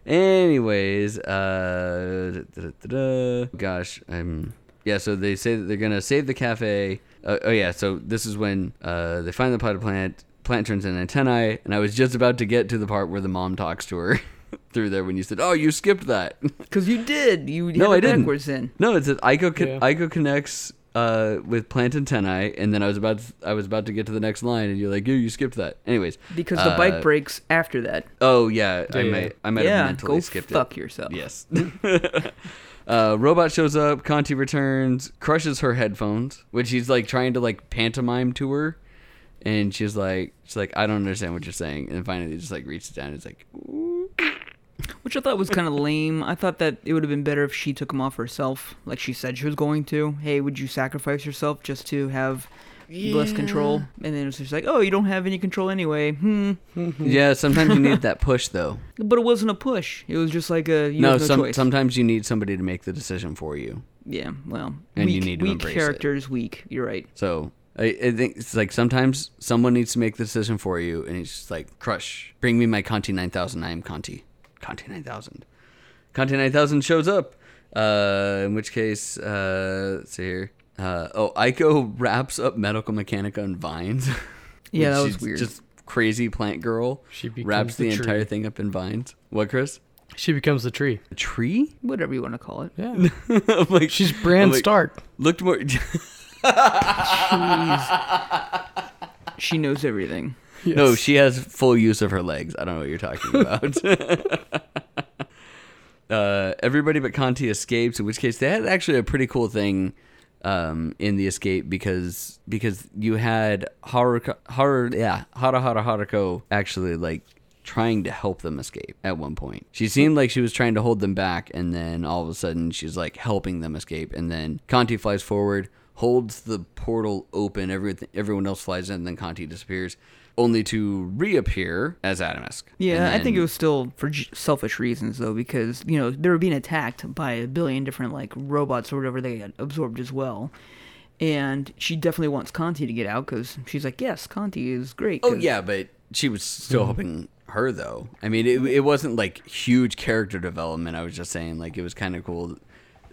Speaker 1: Anyways, uh, da- da- da- da. gosh, I'm yeah. So they say that they're gonna save the cafe. Uh, oh yeah, so this is when uh, they find the potted plant. Plant turns into antennae, and I was just about to get to the part where the mom talks to her through there when you said, "Oh, you skipped that."
Speaker 3: Because you did. You
Speaker 1: no,
Speaker 3: had
Speaker 1: I
Speaker 3: it
Speaker 1: didn't.
Speaker 3: backwards then.
Speaker 1: No, it's that Ico con-
Speaker 4: Yeah.
Speaker 1: Ico connects uh, with plant antennae, and then I was about to, I was about to get to the next line, and you're like, "You you skipped that." Anyways,
Speaker 3: Because the
Speaker 1: uh,
Speaker 3: bike breaks after that.
Speaker 1: Oh yeah, I
Speaker 4: Yeah.
Speaker 1: might I might have
Speaker 3: yeah,
Speaker 1: mentally
Speaker 3: go
Speaker 1: skipped it.
Speaker 3: fuck yourself.
Speaker 1: Yes. uh, robot shows up. Conti returns, crushes her headphones, which he's like trying to like pantomime to her, and she's like, she's like, I don't understand what you're saying, and finally he just like reaches down. and He's like,
Speaker 3: which I thought was kind of lame. I thought that it would have been better if she took him off herself, like she said she was going to. Hey, would you sacrifice yourself just to have less control? And then it's just like, oh, you don't have any control anyway. Hmm.
Speaker 1: yeah, sometimes you need that push though.
Speaker 3: But it wasn't a push. It was just like a you
Speaker 1: no,
Speaker 3: have no
Speaker 1: some,
Speaker 3: choice.
Speaker 1: sometimes you need somebody to make the decision for you.
Speaker 3: yeah. Well,
Speaker 1: And
Speaker 3: weak,
Speaker 1: you need to
Speaker 3: weak
Speaker 1: embrace it.
Speaker 3: character is weak. You're right.
Speaker 1: So I, I think it's like sometimes someone needs to make the decision for you, and it's just like, crush, bring me my Conti 9000. I am Conti. Conti 9000. Conti 9000 shows up. Uh, in which case, uh, let's see here. Uh, oh, Ico wraps up Medical Mechanica and Vines.
Speaker 3: Yeah, that was
Speaker 1: She's
Speaker 3: weird.
Speaker 1: Just crazy plant girl.
Speaker 4: She
Speaker 1: wraps
Speaker 4: becomes
Speaker 1: the,
Speaker 4: the
Speaker 1: entire
Speaker 4: tree.
Speaker 1: thing up in vines. What, Chris?
Speaker 4: She becomes the tree.
Speaker 1: A tree?
Speaker 3: Whatever you want to call it.
Speaker 4: Yeah.
Speaker 1: I'm like,
Speaker 4: She's Bran
Speaker 1: I'm like,
Speaker 4: Stark.
Speaker 1: Looked more.
Speaker 3: She knows everything.
Speaker 1: No, she has full use of her legs. I don't know what you're talking about. uh, everybody but Conti escapes, in which case they had actually a pretty cool thing um, in the escape because because you had Haruka, Haru, yeah, Hara Hara Haruko actually like trying to help them escape at one point. She seemed like she was trying to hold them back, and then all of a sudden she's like helping them escape, and then Conti flies forward. Holds the portal open, everything, everyone else flies in, and then Conti disappears, only to reappear as Adamus.
Speaker 3: Yeah, I think it
Speaker 1: was.
Speaker 3: was still for j- selfish reasons though, because you know they were being attacked by a billion different like robots or whatever they got absorbed as well. And she definitely wants Conti to get out because she's like, yes, Conti is great.
Speaker 1: Oh
Speaker 3: 'cause-
Speaker 1: yeah, but she was still helping her though. I mean, it it wasn't like huge character development. I was just saying like it was kind of cool,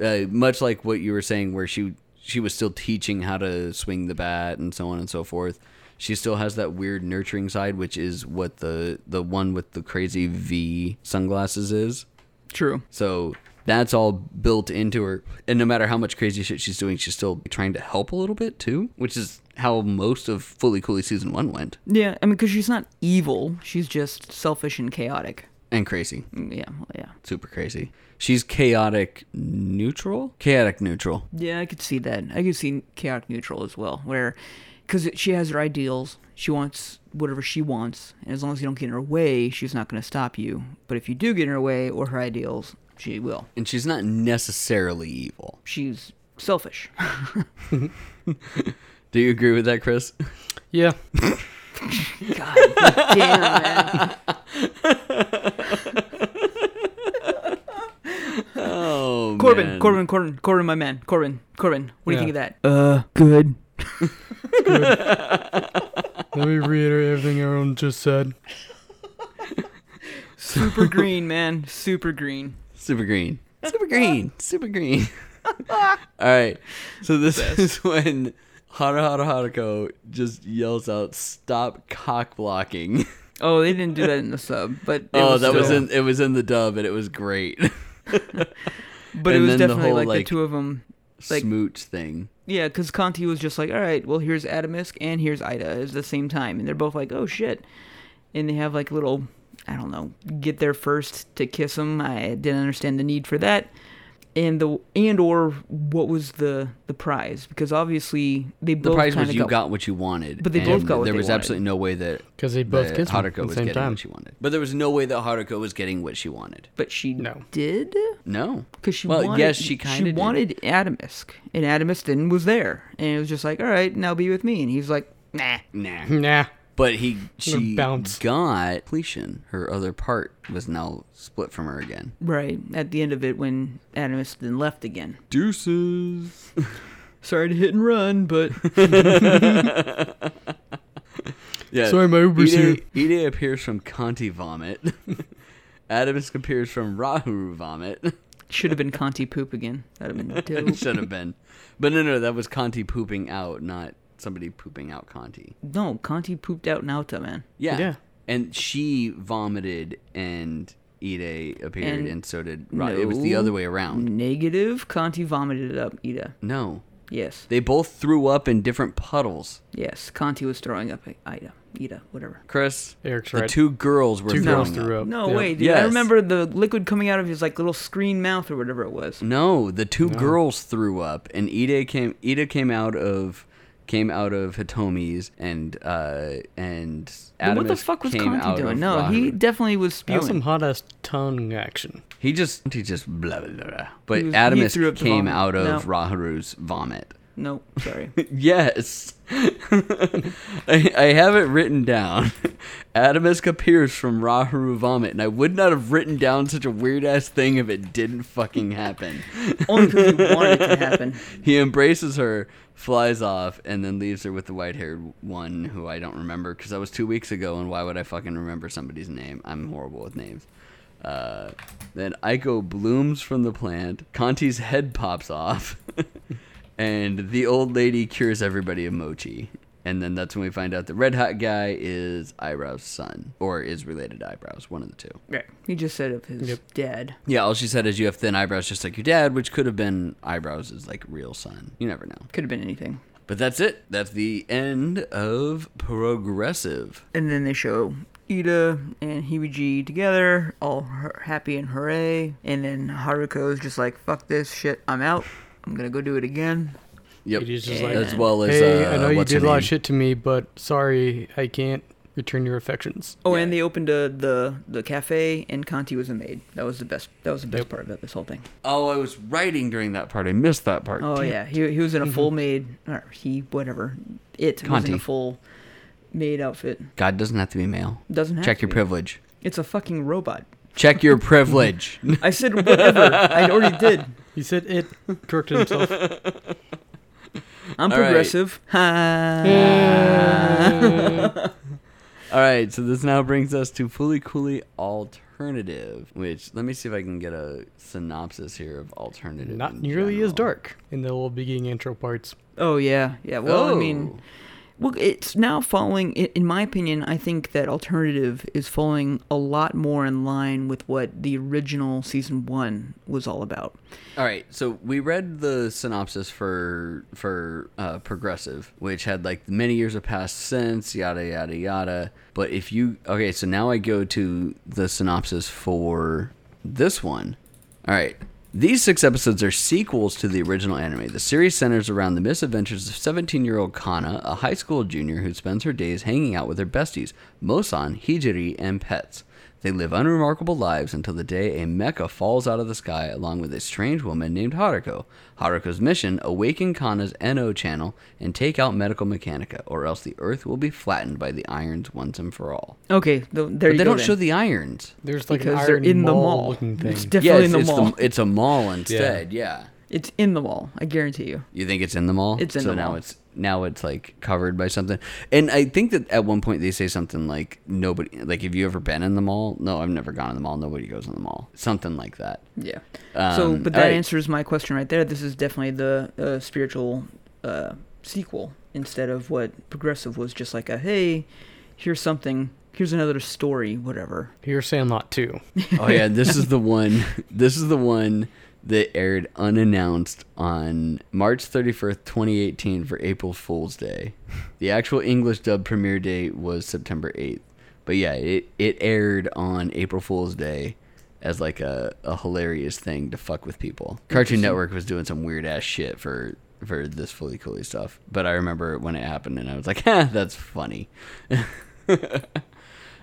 Speaker 1: uh, much like what you were saying, where she she was still teaching how to swing the bat and so on and so forth. She still has that weird nurturing side, which is what the the one with the crazy V sunglasses is.
Speaker 3: true.
Speaker 1: So that's all built into her. And no matter how much crazy shit she's doing, she's still trying to help a little bit too, which is how most of Fully Cooley season one went.
Speaker 3: Yeah, I mean, because she's not evil; she's just selfish and chaotic.
Speaker 1: and crazy
Speaker 3: Mm, Yeah, well, yeah,
Speaker 1: super crazy she's chaotic neutral chaotic neutral
Speaker 3: yeah. I could see that. I could see chaotic neutral as well, where because she has her ideals, she wants whatever she wants, and as long as you don't get in her way, she's not going to stop you. But if you do get in her way or her ideals, she will.
Speaker 1: and she's not necessarily evil
Speaker 3: she's selfish.
Speaker 1: do you agree with that chris
Speaker 4: Yeah.
Speaker 3: God damn, man.
Speaker 1: oh
Speaker 3: Corbin,
Speaker 1: man.
Speaker 3: Corbin, Corbin, Corbin, my man, Corbin, Corbin. What do you
Speaker 4: Yeah.
Speaker 3: think of that? Uh, good.
Speaker 4: Let me reiterate everything everyone just said.
Speaker 3: Super green, man. Super green.
Speaker 1: super green super green super green all right so this is when hara hara haruko just yells out stop cock blocking
Speaker 3: Oh, they didn't do that in the sub, but it
Speaker 1: oh that was
Speaker 3: still-
Speaker 1: in it was in the dub and it was great
Speaker 3: But it
Speaker 1: and
Speaker 3: was
Speaker 1: then the
Speaker 3: definitely
Speaker 1: whole,
Speaker 3: like,
Speaker 1: like-
Speaker 3: the two of them. Like-
Speaker 1: smooch thing
Speaker 3: Yeah, because Conti was just like, all right, well, here's Adamisk and here's Ida at the same time, and they're both like, oh shit, and they have like little, I don't know, get there first to kiss him. I didn't understand the need for that, and the and or what was the the prize? Because obviously they
Speaker 1: the
Speaker 3: both
Speaker 1: prize
Speaker 3: kinda
Speaker 1: was you
Speaker 3: got,
Speaker 1: got what you wanted
Speaker 3: But they
Speaker 1: and
Speaker 3: both got what
Speaker 1: there
Speaker 3: they
Speaker 1: was
Speaker 3: wanted.
Speaker 1: absolutely no way that
Speaker 4: Because they both
Speaker 1: that
Speaker 4: kissed them at
Speaker 1: Haruko
Speaker 4: the
Speaker 1: was
Speaker 4: same
Speaker 1: getting
Speaker 4: time.
Speaker 1: what she wanted. But there was no way that Haruko was getting what she wanted.
Speaker 3: but she
Speaker 4: No.
Speaker 3: did
Speaker 1: No.
Speaker 3: because she
Speaker 1: well,
Speaker 3: wanted,
Speaker 1: yes, she kind of
Speaker 3: wanted Adamisk, and Adamisk didn't was there, and it was just like, all right, now be with me, and he's like, nah,
Speaker 1: Nah.
Speaker 4: Nah.
Speaker 1: But he she
Speaker 4: bounce.
Speaker 1: got completion. Her other part was now split from her again.
Speaker 3: right at the end of it when Adamisk then left again.
Speaker 1: Deuces.
Speaker 3: Sorry to hit and run, but
Speaker 1: Yeah.
Speaker 4: Sorry, my Uber's
Speaker 1: Ide,
Speaker 4: here.
Speaker 1: Ide appears from Conti vomit. Adamus appears from Rahu vomit.
Speaker 3: should have been Conti poop again. That'd have been dope.
Speaker 1: Should have been. But no, no, that was Conti pooping out, not somebody pooping out Conti.
Speaker 3: No, Conti pooped out Nauta, man.
Speaker 1: Yeah.
Speaker 4: Yeah.
Speaker 1: And she vomited and Ide appeared and,
Speaker 3: And-
Speaker 1: so did Ra- It was the
Speaker 3: No.
Speaker 1: other way around.
Speaker 3: Negative. Conti vomited it up. Ida.
Speaker 1: No.
Speaker 3: Yes.
Speaker 1: They both threw up in different puddles.
Speaker 3: Yes. Conti was throwing up at Ida. Ida. Whatever.
Speaker 1: Chris,
Speaker 4: Eric's
Speaker 1: the
Speaker 4: right.
Speaker 1: two girls were
Speaker 4: Two
Speaker 1: throwing
Speaker 4: girls
Speaker 1: up.
Speaker 4: threw up.
Speaker 3: No
Speaker 4: Yeah.
Speaker 3: way, dude. I
Speaker 1: Oh, Yes.
Speaker 3: remember the liquid coming out of his like little screen mouth or whatever it was.
Speaker 1: No, the two girls threw up and Ide came Ida came out of came out of Hitomi's, and uh, and
Speaker 3: Then
Speaker 1: Adamus
Speaker 3: what the fuck was
Speaker 1: came
Speaker 3: Conti
Speaker 1: out
Speaker 3: doing?
Speaker 1: of
Speaker 3: No, he
Speaker 1: Rahu.
Speaker 3: definitely was
Speaker 4: That was
Speaker 3: spewing.
Speaker 4: some hot ass tongue action.
Speaker 1: he just he just blah blah blah. blah. But
Speaker 3: He was- he threw up
Speaker 1: Adamus
Speaker 3: the
Speaker 1: came
Speaker 3: vomit.
Speaker 1: out of
Speaker 3: No.
Speaker 1: Rahuru's vomit.
Speaker 3: Nope, sorry.
Speaker 1: Yes. I, I have it written down. Adamus appears from Rahuru vomit, and I would not have written down such a weird ass thing if it didn't fucking happen.
Speaker 3: Only because he wanted it to happen.
Speaker 1: he embraces her, flies off, and then leaves her with the white haired one who I don't remember because that was two weeks ago, and why would I fucking remember somebody's name? I'm horrible with names. Uh, then Iko blooms from the plant. Conti's head pops off, and the old lady cures everybody of mochi. And then that's when we find out the red hot guy is Eyebrow's son, or is related to Eyebrows, one of the two.
Speaker 3: Right. He just said of his
Speaker 4: Yep.
Speaker 3: dad.
Speaker 1: Yeah, all she said is you have thin eyebrows just like your dad, which could have been Eyebrows' like real son. You never know.
Speaker 3: Could have been anything.
Speaker 1: But that's it. That's the end of Progressive.
Speaker 3: And then they show Ida and Hibuji together, all her- happy and hooray. And then Haruko's just like, fuck this shit, I'm out. I'm gonna go do it again.
Speaker 1: Yep.
Speaker 4: It is just like,
Speaker 1: As well as
Speaker 4: hey,
Speaker 1: uh,
Speaker 4: I know you
Speaker 1: what's her
Speaker 4: did a lot of
Speaker 1: name?
Speaker 4: shit to me, but sorry, I can't return your affections.
Speaker 3: Oh,
Speaker 1: Yeah.
Speaker 3: and they opened uh, the the cafe, and Conti was a maid. That was the best. That was the best part of it, this whole thing.
Speaker 1: Oh, I was writing during that part. I missed that part.
Speaker 3: Oh
Speaker 1: Damn.
Speaker 3: yeah, he he was in a full maid, or he whatever. It was in
Speaker 1: Conti.
Speaker 3: a full maid outfit.
Speaker 1: God doesn't have to be male.
Speaker 3: Doesn't have
Speaker 1: Check
Speaker 3: to
Speaker 1: your
Speaker 3: be.
Speaker 1: privilege.
Speaker 3: It's a fucking robot.
Speaker 1: Check your privilege.
Speaker 3: I said whatever. I already did.
Speaker 4: He said it, corrected himself.
Speaker 3: I'm
Speaker 1: All right.
Speaker 3: progressive. Ha.
Speaker 1: All right, so this now brings us to Fully Cooley Alternative, which let me see if I can get a synopsis here of alternative.
Speaker 4: Not
Speaker 1: in
Speaker 4: nearly as
Speaker 1: general.
Speaker 4: dark in the old beginning intro parts.
Speaker 3: Oh yeah, yeah. Well, I
Speaker 1: Oh.
Speaker 3: mean, well, it's now following. i- In my opinion, I think that alternative is following a lot more in line with what the original season one was all about.
Speaker 1: All right, so we read the synopsis for for uh, Progressive, which had like many years have passed since yada yada yada. But if you okay, so now I go to the synopsis for this one. All right. These six episodes are sequels to the original anime. The series centers around the misadventures of 17 year old Kana, a high school junior who spends her days hanging out with her besties, Mosan, Hijiri, and pets. They live unremarkable lives until the day a mecha falls out of the sky along with a strange woman named Haruko. Haruko's mission awaken Kana's NO channel and take out Medical Mechanica, or else the earth will be flattened by the irons once and for all.
Speaker 3: Okay, th- there
Speaker 1: But
Speaker 3: you
Speaker 1: they
Speaker 3: go
Speaker 1: don't
Speaker 3: then.
Speaker 1: show the irons.
Speaker 4: There's like
Speaker 3: because
Speaker 4: an
Speaker 3: they're
Speaker 4: iron
Speaker 3: in the
Speaker 4: mall
Speaker 3: mall.
Speaker 4: looking thing.
Speaker 3: It's definitely
Speaker 1: yeah, it's,
Speaker 3: in the
Speaker 1: it's
Speaker 3: mall.
Speaker 1: it's a mall instead, yeah.
Speaker 3: It's in the mall. I guarantee you.
Speaker 1: You think it's in the mall?
Speaker 3: It's in
Speaker 1: so
Speaker 3: the
Speaker 1: now
Speaker 3: mall.
Speaker 1: it's now it's like covered by something. And I think that at one point they say something like nobody like have you ever been in the mall? No, I've never gone in the mall. Nobody goes in the mall. Something like that.
Speaker 3: Yeah. so,
Speaker 1: Um,
Speaker 3: but
Speaker 1: all
Speaker 3: that
Speaker 1: right.
Speaker 3: answers my question right there. This is definitely the uh, spiritual uh, sequel instead of what progressive was. Just like a hey, here's something. Here's another story. Whatever.
Speaker 4: Here's Sandlot too.
Speaker 1: Oh yeah, this is the one. This is the one that aired unannounced on March 31st, 2018 for April Fool's Day. The actual English dub premiere date was September 8th. But yeah, it it aired on April Fool's Day as like a, a hilarious thing to fuck with people. Cartoon Network was doing some weird ass shit for for this fully coolly stuff. But I remember when it happened and I was like, "Ha, that's funny."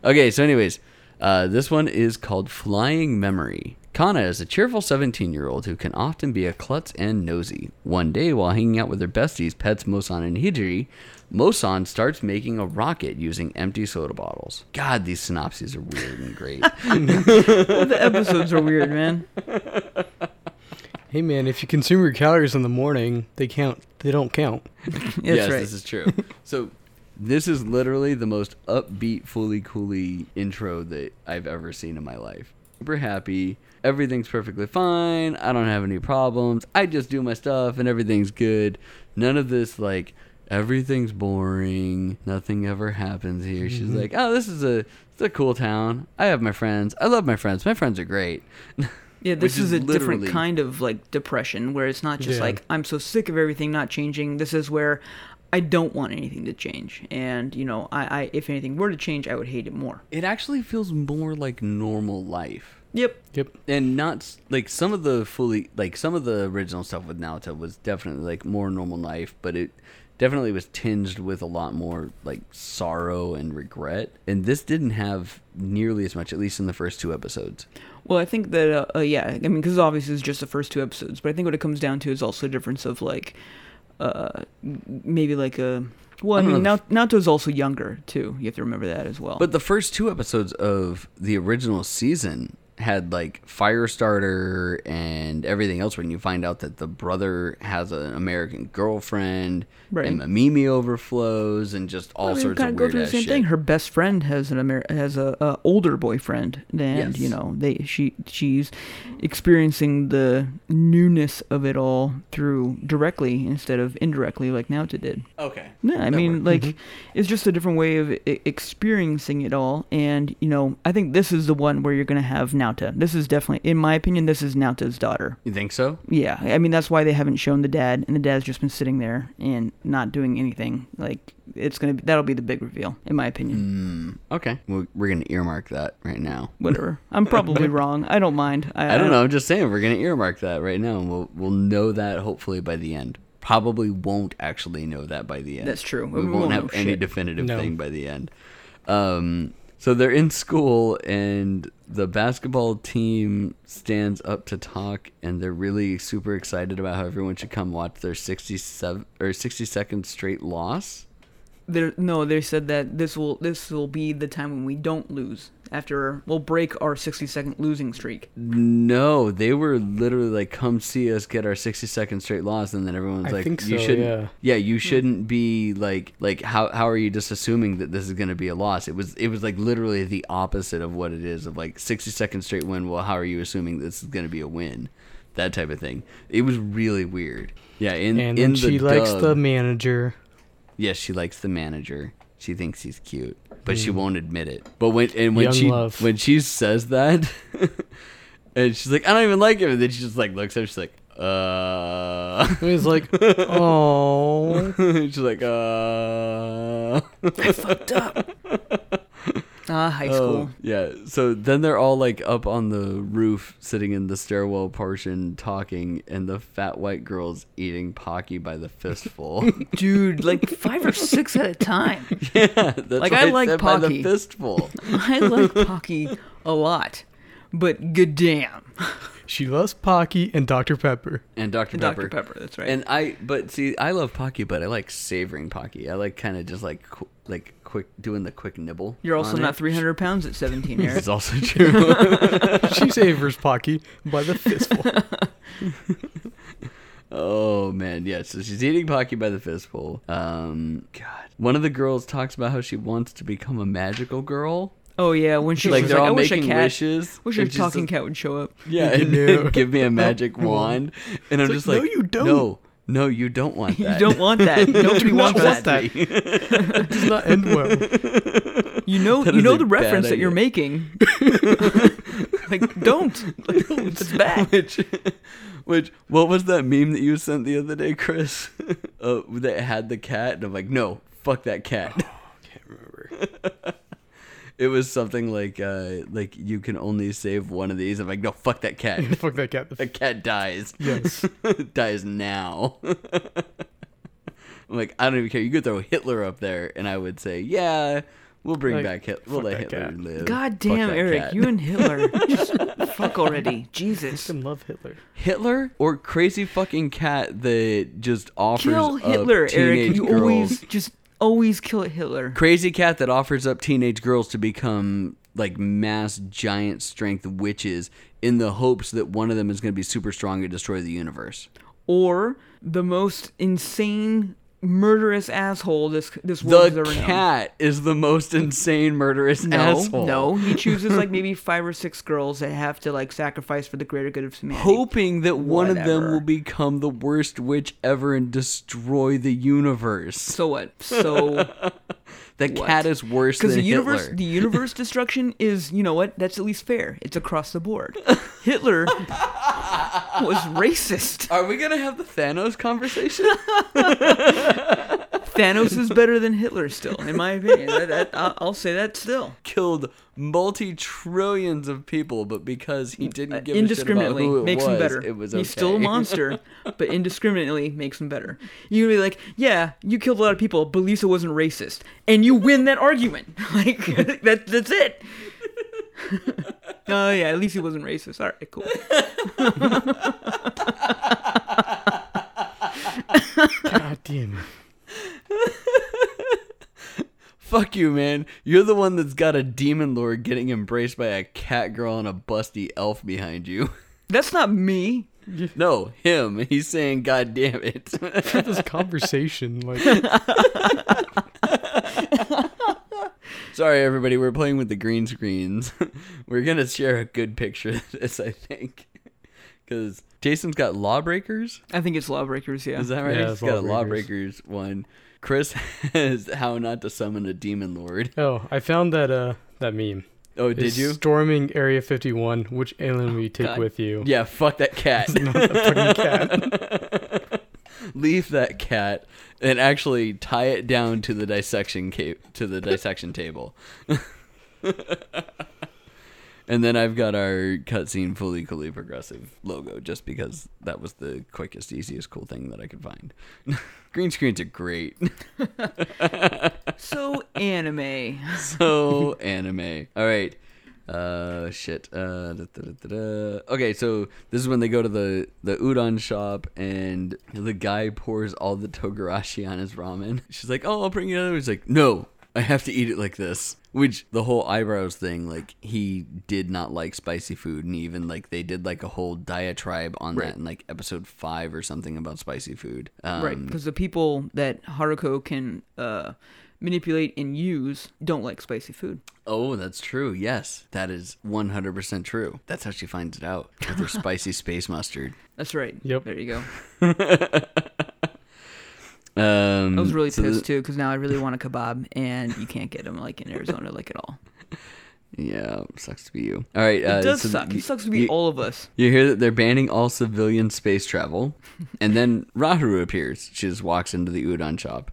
Speaker 1: Okay, so anyways, uh, this one is called Flying Memory. Kana is a cheerful 17 year old who can often be a klutz and nosy. One day, while hanging out with her besties, pets Mosan and Hijiri, Mosan starts making a rocket using empty soda bottles. God, these synopses are weird and great.
Speaker 3: the episodes are weird, man.
Speaker 4: Hey man, if you consume your calories in the morning, they count. They don't count.
Speaker 3: That's
Speaker 1: yes,
Speaker 3: right.
Speaker 1: this is true. so, this is literally the most upbeat, fully coolly intro that I've ever seen in my life. Super happy. Everything's perfectly fine. I don't have any problems. I just do my stuff and everything's good. None of this, like, everything's boring. Nothing ever happens here. She's like, oh, this is a. It's a cool town. I have my friends. I love my friends. My friends are great.
Speaker 3: yeah,
Speaker 1: Which
Speaker 3: this
Speaker 1: is
Speaker 3: is, a different
Speaker 1: literally-
Speaker 3: kind of like depression where it's not just
Speaker 4: Yeah.
Speaker 3: like I'm so sick of everything not changing. This is where I don't want anything to change, and you know, I, I if anything were to change, I would hate it more.
Speaker 1: it actually feels more like normal life.
Speaker 3: Yep.
Speaker 4: Yep.
Speaker 1: and not s- like some of the fully like some of the original stuff with Naruto was definitely like more normal life, but it definitely was tinged with a lot more like sorrow and regret. And this didn't have nearly as much, at least in the first two episodes.
Speaker 3: Well, I think that uh, uh, yeah, I mean, because obviously it's just the first two episodes, but I think what it comes down to is also a difference of like, uh, m- maybe like a well, I,
Speaker 1: I don't
Speaker 3: mean,
Speaker 1: know
Speaker 3: now Naruto's also younger too. You have to remember that as well.
Speaker 1: But the first two episodes of the original season had like Firestarter and everything else when you find out that the brother has an American girlfriend
Speaker 3: Right.
Speaker 1: and Mimi overflows and just all
Speaker 3: I mean,
Speaker 1: sorts
Speaker 3: kinda
Speaker 1: of
Speaker 3: go
Speaker 1: weird
Speaker 3: through the
Speaker 1: ass
Speaker 3: same
Speaker 1: shit.
Speaker 3: thing. Her best friend has an Amer- has a, a older boyfriend, and
Speaker 1: Yes.
Speaker 3: you know they she she's experiencing the newness of it all through directly instead of indirectly like Nauta did.
Speaker 1: Okay.
Speaker 3: Yeah, I
Speaker 1: That Mm-hmm.
Speaker 3: mean, like, it's just a different way of e- experiencing it all. And, you know, I think this is the one where you're going to have Nauta. This is definitely, in my opinion, this is Nauta's daughter.
Speaker 1: You think so?
Speaker 3: Yeah, I mean, that's why they haven't shown the dad, and the dad's just been sitting there and not doing anything. Like, it's going to be, that'll be the big reveal, in my opinion.
Speaker 1: Mm, okay. We're, we're going to earmark that right now.
Speaker 3: Whatever. I'm probably wrong. I don't mind. I,
Speaker 1: I don't know. I'm just saying we're going to earmark that right now. And we'll, we'll know that hopefully by the end. Probably won't actually know that by the end.
Speaker 3: That's true.
Speaker 1: We,
Speaker 3: We
Speaker 1: won't
Speaker 3: won't
Speaker 1: have
Speaker 3: know
Speaker 1: any
Speaker 3: shit.
Speaker 1: definitive
Speaker 4: No.
Speaker 1: thing by the end. Um, so they're in school, and the basketball team stands up to talk, and they're really super excited about how everyone should come watch their 67 or 60 second straight loss.
Speaker 3: There, no, they said that this will this will be the time when we don't lose. After we'll break our 60 second losing streak.
Speaker 1: No, they were literally like, "Come see us get our sixty second straight loss," and then everyone's
Speaker 4: I
Speaker 1: like,
Speaker 4: think
Speaker 1: "You
Speaker 4: so,
Speaker 1: shouldn't,
Speaker 4: yeah.
Speaker 1: you shouldn't be like, like how how are you just assuming that this is going to be a loss?" It was it was like literally the opposite of what it is of like sixty second straight win. Well, how are you assuming this is going to be a win? That type of thing. It was really weird. Yeah, in
Speaker 4: And
Speaker 1: in
Speaker 4: then she
Speaker 1: the
Speaker 4: likes
Speaker 1: dub-
Speaker 4: the manager.
Speaker 1: Yes, she likes the manager. She thinks he's cute, but
Speaker 3: Hmm.
Speaker 1: she won't admit it. But when and when
Speaker 4: Young
Speaker 1: she
Speaker 4: love.
Speaker 1: when she says that, and she's like, "I don't even like him," and then she just like looks at him. She's like, "Uh,"
Speaker 4: It was like, oh,
Speaker 1: she's like, "Uh."
Speaker 3: Ah, high
Speaker 1: Oh,
Speaker 3: school.
Speaker 1: yeah. So then they're all like up on the roof, sitting in the stairwell portion, talking, and the fat white girl's eating Pocky by the fistful.
Speaker 3: dude like five or six at a time
Speaker 1: yeah, that's
Speaker 3: Like,
Speaker 1: why
Speaker 3: I
Speaker 1: it
Speaker 3: like
Speaker 1: said by the
Speaker 3: Pocky.
Speaker 1: fistful.
Speaker 3: i like pocky a lot but goddamn
Speaker 4: she loves Pocky and Dr. Pepper.
Speaker 1: And Dr. Pepper.
Speaker 3: dr pepper that's right
Speaker 1: And I, but see, I love Pocky, but I like savoring Pocky. I like kind of just like qu- like quick doing the quick nibble.
Speaker 3: you're also
Speaker 1: on
Speaker 3: not
Speaker 1: it.
Speaker 3: 300 pounds at 17
Speaker 1: This
Speaker 3: Eric.
Speaker 1: is also true.
Speaker 4: She savors Pocky by the fistful.
Speaker 1: oh man, yeah. So she's eating Pocky by the fistful. Um, God. One of the girls talks about how she wants to become a magical girl.
Speaker 3: oh yeah when she
Speaker 1: Like
Speaker 3: was
Speaker 1: they're
Speaker 3: like,
Speaker 1: all
Speaker 3: i wish a
Speaker 1: making
Speaker 3: cat
Speaker 1: wishes.
Speaker 3: wish
Speaker 1: and
Speaker 3: a
Speaker 1: she's
Speaker 3: talking
Speaker 1: just-
Speaker 3: cat would show up
Speaker 1: Yeah, and
Speaker 4: do.
Speaker 1: give me a magic wand, and I'm
Speaker 4: like,
Speaker 1: just like,
Speaker 4: "No, you don't."
Speaker 1: No, no, you don't want
Speaker 3: you
Speaker 1: that.
Speaker 3: don't want that nobody
Speaker 4: Do not
Speaker 3: wants
Speaker 4: want
Speaker 3: that.
Speaker 4: that. It does not end well.
Speaker 3: you know
Speaker 1: That
Speaker 3: you
Speaker 1: is
Speaker 3: know
Speaker 1: a
Speaker 3: the
Speaker 1: bad
Speaker 3: reference that you're
Speaker 1: idea.
Speaker 3: making like don't like, it's bad
Speaker 1: which which what was that meme that you sent the other day chris uh, that had the cat and i'm like no fuck that cat
Speaker 4: Oh, Can't remember.
Speaker 1: it was something like uh like you can only save one of these i'm like no fuck that cat
Speaker 4: Fuck that cat.
Speaker 1: that cat dies
Speaker 4: Yes.
Speaker 1: dies now i'm like i don't even care you could throw hitler up there and i would say yeah we'll bring
Speaker 4: Like,
Speaker 1: back hitler we'll
Speaker 4: fuck
Speaker 1: let
Speaker 4: that
Speaker 1: hitler
Speaker 4: cat.
Speaker 1: live
Speaker 3: god
Speaker 1: Fuck
Speaker 3: damn
Speaker 1: that
Speaker 3: eric
Speaker 1: cat.
Speaker 3: you and hitler just fuck already jesus
Speaker 4: Fucking love Hitler.
Speaker 1: Hitler or crazy fucking cat that just offers
Speaker 3: kill
Speaker 1: up
Speaker 3: Hitler, Eric.
Speaker 1: teenage
Speaker 3: You
Speaker 1: girls.
Speaker 3: always just always kill Hitler.
Speaker 1: crazy cat that offers up teenage girls to become like mass giant strength witches in the hopes that one of them is going to be super strong and destroy the universe.
Speaker 3: Or the most insane murderous asshole this this world
Speaker 1: The
Speaker 3: has ever known.
Speaker 1: cat is the most insane murderous
Speaker 3: No,
Speaker 1: asshole.
Speaker 3: no. He chooses like maybe five or six girls that have to like sacrifice for the greater good of humanity.
Speaker 1: Hoping that one of them
Speaker 3: Whatever.
Speaker 1: will become the worst witch ever and destroy the universe.
Speaker 3: So what? So
Speaker 1: That
Speaker 3: What?
Speaker 1: cat is worse than
Speaker 3: because the universe,
Speaker 1: Hitler.
Speaker 3: the universe destruction is you know what? That's at least fair. It's across the board. Hitler was racist.
Speaker 1: Are we gonna have the Thanos conversation?
Speaker 3: Thanos is better than Hitler still, in my opinion. That, that, I- I'll say that still.
Speaker 1: Killed multi trillions of people, but because he didn't give
Speaker 3: uh, indiscriminately
Speaker 1: a shit about who it
Speaker 3: makes
Speaker 1: was,
Speaker 3: him better.
Speaker 1: It was
Speaker 3: He's still a
Speaker 1: okay.
Speaker 3: monster, but indiscriminately makes him better. You can be like, yeah, you killed a lot of people, but Lisa wasn't racist, and you win that argument. Like that, that's it. oh yeah, at least he wasn't racist. All right, cool.
Speaker 4: God damn it.
Speaker 1: Fuck you, man. You're the one that's got a demon lord getting embraced by a cat girl and a busty elf behind you.
Speaker 3: That's not me.
Speaker 1: no, him. He's saying, God damn it.
Speaker 4: Have this conversation like
Speaker 1: Sorry, everybody. We're playing with the green screens. we're going to share a good picture of this, I think. Because Jason's got lawbreakers.
Speaker 3: I think it's lawbreakers. Yeah.
Speaker 1: Is that right?
Speaker 4: Yeah,
Speaker 1: He's
Speaker 4: it's
Speaker 1: got a
Speaker 4: Lawbreakers.
Speaker 1: lawbreakers one. Chris has how not to summon a demon lord.
Speaker 4: Oh, I found that uh that meme.
Speaker 1: Oh,
Speaker 4: It's
Speaker 1: did you?
Speaker 4: Storming Area 51, which alien will you take
Speaker 3: Oh, God.
Speaker 4: with you?
Speaker 1: Yeah, fuck that cat.
Speaker 4: Not that fucking cat.
Speaker 1: Leave that cat and actually tie it down to the dissection ca- to the dissection table. and then I've got our cutscene fully coolly progressive logo just because that was the quickest, easiest, cool thing that I could find. Green screens are great.
Speaker 3: So anime.
Speaker 1: so anime. All right. Uh, shit. Uh, da, da, da, da, da. Okay, so this is when they go to the the udon shop and the guy pours all the togarashi on his ramen. She's like, "Oh, I'll bring you another." He's like, "No, I have to eat it like this." Which the whole eyebrows thing, like he did not like spicy food, and even like they did like a whole diatribe on that in like episode five or something about spicy food. Um,
Speaker 3: right, because the people that Haruko can uh, manipulate and use don't like spicy food.
Speaker 1: Oh, that's true. Yes, that is 100% true. That's how she finds it out with her spicy space mustard.
Speaker 3: That's right.
Speaker 4: Yep.
Speaker 3: There you go.
Speaker 1: Um,
Speaker 3: I was really
Speaker 1: so the-
Speaker 3: pissed too because now I really want a kebab and you can't get them like in Arizona like at all.
Speaker 1: yeah, sucks to be you. All right.
Speaker 3: It
Speaker 1: uh,
Speaker 3: does
Speaker 1: so
Speaker 3: suck.
Speaker 1: you-
Speaker 3: It sucks to be
Speaker 1: you-
Speaker 3: all of us.
Speaker 1: You hear that they're banning all civilian space travel, and then Raharu appears. She just walks into the udon shop,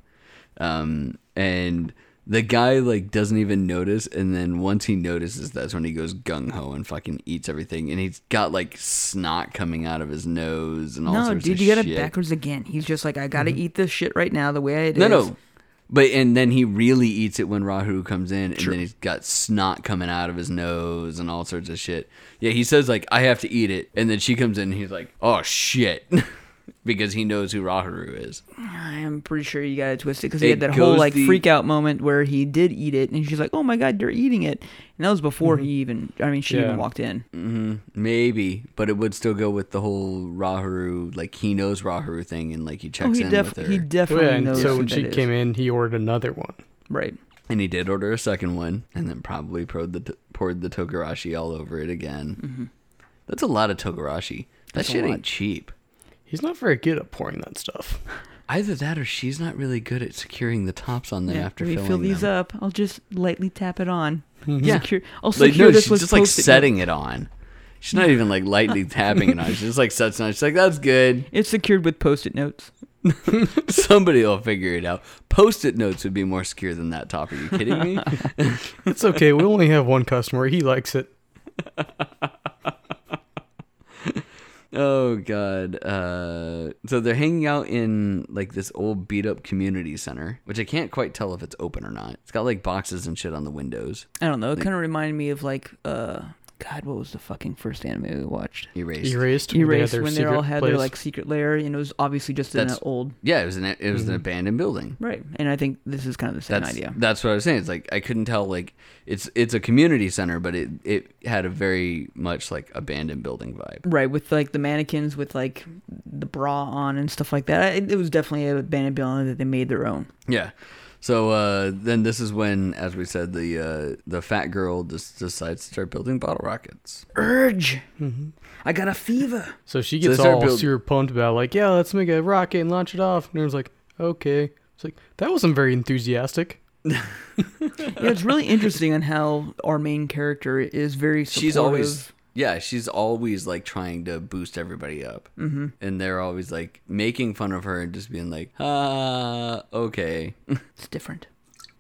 Speaker 1: um, and the guy like doesn't even notice. And then once he notices, that's when he goes gung ho and fucking eats everything. And he's got like snot coming out of his nose and all
Speaker 3: No,
Speaker 1: sorts
Speaker 3: dude,
Speaker 1: of
Speaker 3: you got
Speaker 1: shit. Mm-hmm.
Speaker 3: it backwards again. He's just like, I gotta eat this shit right now the way it
Speaker 1: No,
Speaker 3: is.
Speaker 1: no. But and then he really eats it when Rahu comes in, and then he's got snot coming out of his nose and all sorts of shit. Yeah, he says like I have to eat it, and then she comes in, and he's like, oh shit, because he knows who Rahu is.
Speaker 3: I'm pretty sure you got it twisted because he had
Speaker 1: It
Speaker 3: that whole
Speaker 1: goes
Speaker 3: like
Speaker 1: the-
Speaker 3: freak out moment where he did eat it and she's like, oh my god, you're eating it. And that was
Speaker 1: Mm-hmm.
Speaker 3: before he even, I mean, she
Speaker 4: Yeah.
Speaker 3: even walked in.
Speaker 1: Maybe, but it would still go with the whole Rahu, like he knows Rahu thing, and like he
Speaker 3: Oh,
Speaker 1: checks
Speaker 3: he,
Speaker 1: in
Speaker 3: def-
Speaker 1: with her,
Speaker 3: he
Speaker 4: Oh,
Speaker 3: definitely
Speaker 4: yeah, and
Speaker 3: knows.
Speaker 4: so
Speaker 3: who
Speaker 4: when
Speaker 3: that
Speaker 4: she
Speaker 3: is.
Speaker 4: came in, he ordered another one.
Speaker 3: Right.
Speaker 1: and he did order a second one, and then probably poured the poured the togarashi all over it again.
Speaker 3: Mm-hmm.
Speaker 1: That's a lot of togarashi. That
Speaker 3: a
Speaker 1: shit
Speaker 3: lot.
Speaker 1: ain't cheap.
Speaker 4: He's not very good at pouring that stuff.
Speaker 1: Either that or she's not really good at securing the tops on them
Speaker 3: Yeah,
Speaker 1: after
Speaker 3: when you
Speaker 1: filling
Speaker 3: fill these
Speaker 1: them. Mm-hmm.
Speaker 3: up. I'll just lightly tap it on.
Speaker 1: Yeah.
Speaker 3: Secure, I'll
Speaker 1: Like,
Speaker 3: secure
Speaker 1: no,
Speaker 3: this
Speaker 1: she's
Speaker 3: with
Speaker 1: just like
Speaker 3: Post-it notes.
Speaker 1: setting it on. She's not even like lightly tapping it on. She's just like sets it on. She's like, that's good.
Speaker 3: It's secured with post-it notes.
Speaker 1: Somebody will figure it out. Post it notes would be more secure than that top. Are you kidding me?
Speaker 4: It's okay. We only have one customer. He likes it.
Speaker 1: oh, God. Uh, so they're hanging out in like this old beat up community center, which I can't quite tell if it's open or not. It's got like boxes and shit on the windows.
Speaker 3: I don't know. It kind of reminded me of like, uh, God, what was the fucking first anime we watched?
Speaker 1: Erased.
Speaker 4: Erased. when they had
Speaker 3: Erased
Speaker 4: their
Speaker 3: when they
Speaker 4: secret
Speaker 3: all had
Speaker 4: place.
Speaker 3: their like secret lair, and it was obviously just in an
Speaker 1: That's-
Speaker 3: old
Speaker 1: Yeah, it was an it
Speaker 3: Mm-hmm.
Speaker 1: was an abandoned building.
Speaker 3: right. And I think this is kind of the same
Speaker 1: that's,
Speaker 3: idea.
Speaker 1: That's what I was saying. It's like I couldn't tell. Like it's it's a community center, but it it had a very much like abandoned building vibe.
Speaker 3: Right, with like the mannequins with like the bra on and stuff like that. It, it was definitely a abandoned building that they made their own.
Speaker 1: Yeah. So uh, then this is when, as we said, the uh, the fat girl just decides to start building bottle rockets.
Speaker 3: Urge! I got a fever!
Speaker 4: So she
Speaker 1: So they
Speaker 4: gets
Speaker 1: start
Speaker 4: all
Speaker 1: build-
Speaker 4: super pumped about like, yeah, let's make a rocket and launch it off. And everyone's like, okay. It's like that wasn't very enthusiastic.
Speaker 3: yeah, it's really interesting on how our main character is very supportive.
Speaker 1: She's always yeah, she's always like trying to boost everybody up, mm-hmm. and they're always like making fun of her and just being like, ah, okay,
Speaker 3: It's different.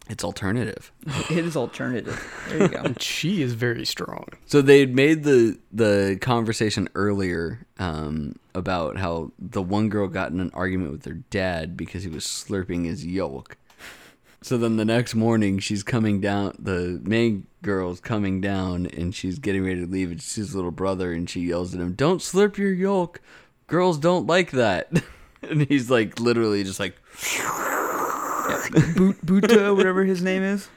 Speaker 1: it's alternative.
Speaker 3: It is alternative. There you go.
Speaker 4: And she is very strong.
Speaker 1: So they had made the the conversation earlier um, about how the one girl got in an argument with her dad because he was slurping his yolk. So then the next morning, she's coming down. The main girl's coming down, and she's getting ready to leave. And she sees little brother, and she yells at him, "Don't slurp your yolk! Girls don't like that." and he's like, literally, just like,
Speaker 3: Boot, Buta, whatever his name is.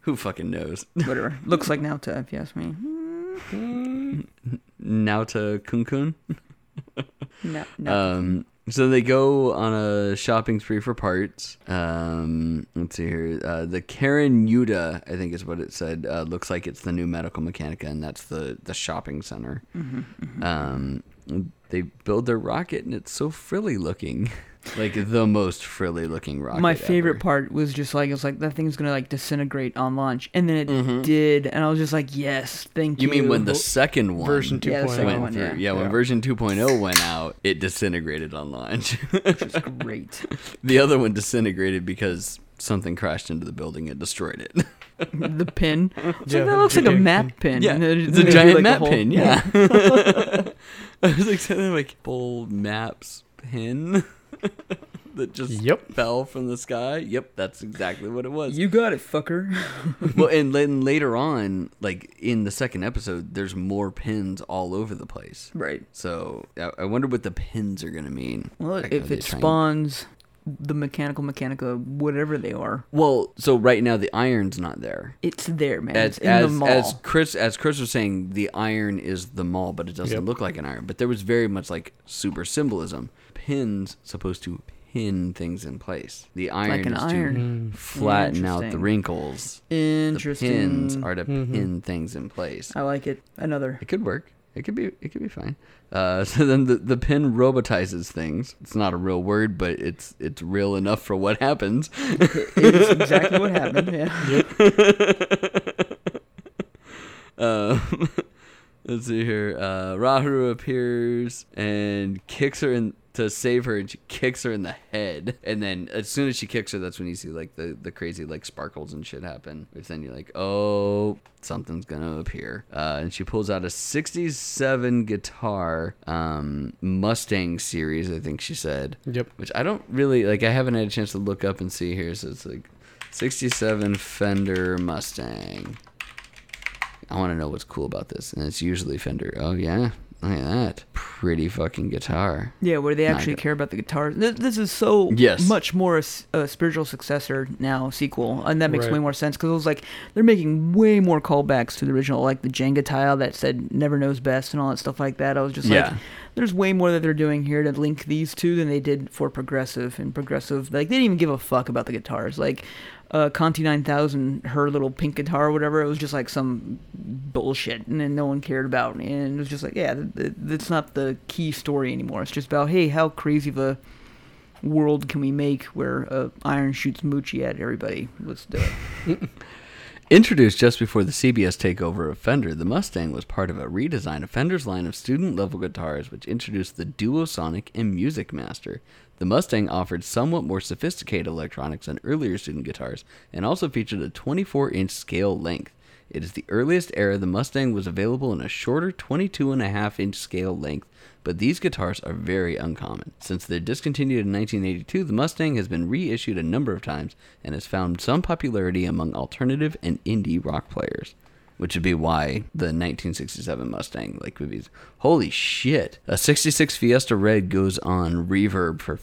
Speaker 1: "Who fucking knows?"
Speaker 3: Whatever. Looks like Nauta, if you ask me.
Speaker 1: Now to Kun Kun.
Speaker 3: No,
Speaker 1: Um, so they go on a shopping spree for parts. Um, let's see here. Uh, the Karen Yuta, I think is what it said, uh, looks like it's the new Medical Mechanica, and that's the, the shopping center. Um, they build their rocket, and it's so frilly looking. like the most frilly looking rocket.
Speaker 3: My favorite
Speaker 1: ever.
Speaker 3: part was just like it was like that thing's gonna like disintegrate on launch, and then it did, and I was just like, yes, thank
Speaker 1: Mm-hmm. You
Speaker 3: you.
Speaker 1: mean when the second one
Speaker 4: Version
Speaker 3: Yeah, the
Speaker 4: 2.0.
Speaker 3: second
Speaker 1: went
Speaker 3: one,
Speaker 1: through?
Speaker 3: yeah.
Speaker 1: Yeah, when version 2.0 went out, it disintegrated on launch.
Speaker 3: It's great.
Speaker 1: the other one disintegrated because something crashed into the building and destroyed it.
Speaker 3: the pin. It's
Speaker 4: Yeah,
Speaker 3: like, that looks like a
Speaker 4: gigantic
Speaker 3: map pin.
Speaker 1: Yeah,
Speaker 3: And then
Speaker 1: it's
Speaker 3: they
Speaker 1: a
Speaker 3: do,
Speaker 1: giant
Speaker 3: like, the
Speaker 1: map
Speaker 3: whole-
Speaker 1: pin. Yeah, I was like sitting there like full maps pin that just
Speaker 4: Yep.
Speaker 1: fell from the sky. Yep, that's exactly what it was.
Speaker 3: You got it, fucker.
Speaker 1: well, and then later on, like in the second episode, there's more pins all over the place.
Speaker 3: right.
Speaker 1: So I, I wonder what the pins are gonna mean.
Speaker 3: Well,
Speaker 1: Like, are
Speaker 3: if
Speaker 1: they
Speaker 3: it
Speaker 1: trying-
Speaker 3: spawns the mechanical mechanica, whatever they are,
Speaker 1: Well, so right now the iron's not there.
Speaker 3: it's there, man.
Speaker 1: as
Speaker 3: it's in
Speaker 1: as,
Speaker 3: the mall.
Speaker 1: as Chris as Chris was saying, the iron is the mall, but it doesn't
Speaker 4: Yep.
Speaker 1: look like an iron. But there was very much like super symbolism. Pins supposed to pin things in place. The iron
Speaker 3: an
Speaker 1: is
Speaker 3: iron.
Speaker 1: to flatten out the
Speaker 3: Interesting.
Speaker 1: wrinkles. The
Speaker 3: Interesting.
Speaker 1: pins are to pin things in place.
Speaker 3: I like it. Another.
Speaker 1: It could work. It could be. It could be fine. Uh, so then the, the pin robotizes things. It's not a real word, but it's it's real enough for what happens.
Speaker 3: it is exactly what happened. Yeah.
Speaker 1: Um, let's see here. Uh, Raharu appears and kicks her in to save her, and she kicks her in the head. And then as soon as she kicks her, that's when you see like the, the crazy like sparkles and shit happen. Which then you're like, oh, something's gonna appear. Uh, and she pulls out a '67 guitar, um, Mustang series, I think she said.
Speaker 4: Yep.
Speaker 1: Which I don't really like. I haven't had a chance to look up and see here. So it's like '67 Fender Mustang. I want to know what's cool about this. And it's usually Fender. Oh, yeah. Look at that. Pretty fucking guitar.
Speaker 3: Yeah, where they
Speaker 1: Not
Speaker 3: actually
Speaker 1: good.
Speaker 3: care about the guitars. This, this is so
Speaker 1: Yes.
Speaker 3: much more a, s- a spiritual successor now, sequel, and that makes
Speaker 4: Right.
Speaker 3: way more sense because it was like they're making way more callbacks to the original, like the Jenga tile that said "never knows best" and all that stuff like that. I was just
Speaker 1: Yeah.
Speaker 3: like, there's way more that they're doing here to link these two than they did for Progressive and Progressive. Like they didn't even give a fuck about the guitars, like. Uh, Conti 9000, her little pink guitar or whatever, it was just like some bullshit and then no one cared about. And it was just like, yeah, th- th- that's not the key story anymore. It's just about, hey, how crazy of a world can we make where uh, Iron shoots Moochie at everybody? Let's do it.
Speaker 1: Introduced just before the CBS takeover of Fender, the Mustang was part of a redesign of Fender's line of student level guitars, which introduced the Duosonic and Music Master. The Mustang offered somewhat more sophisticated electronics than earlier student guitars and also featured a 24 inch scale length. It is the earliest era the Mustang was available in a shorter 22.5 inch scale length, but these guitars are very uncommon. Since they're discontinued in 1982, the Mustang has been reissued a number of times and has found some popularity among alternative and indie rock players. Which would be why the 1967 Mustang, like, would be holy shit. A 66 Fiesta Red goes on Reverb for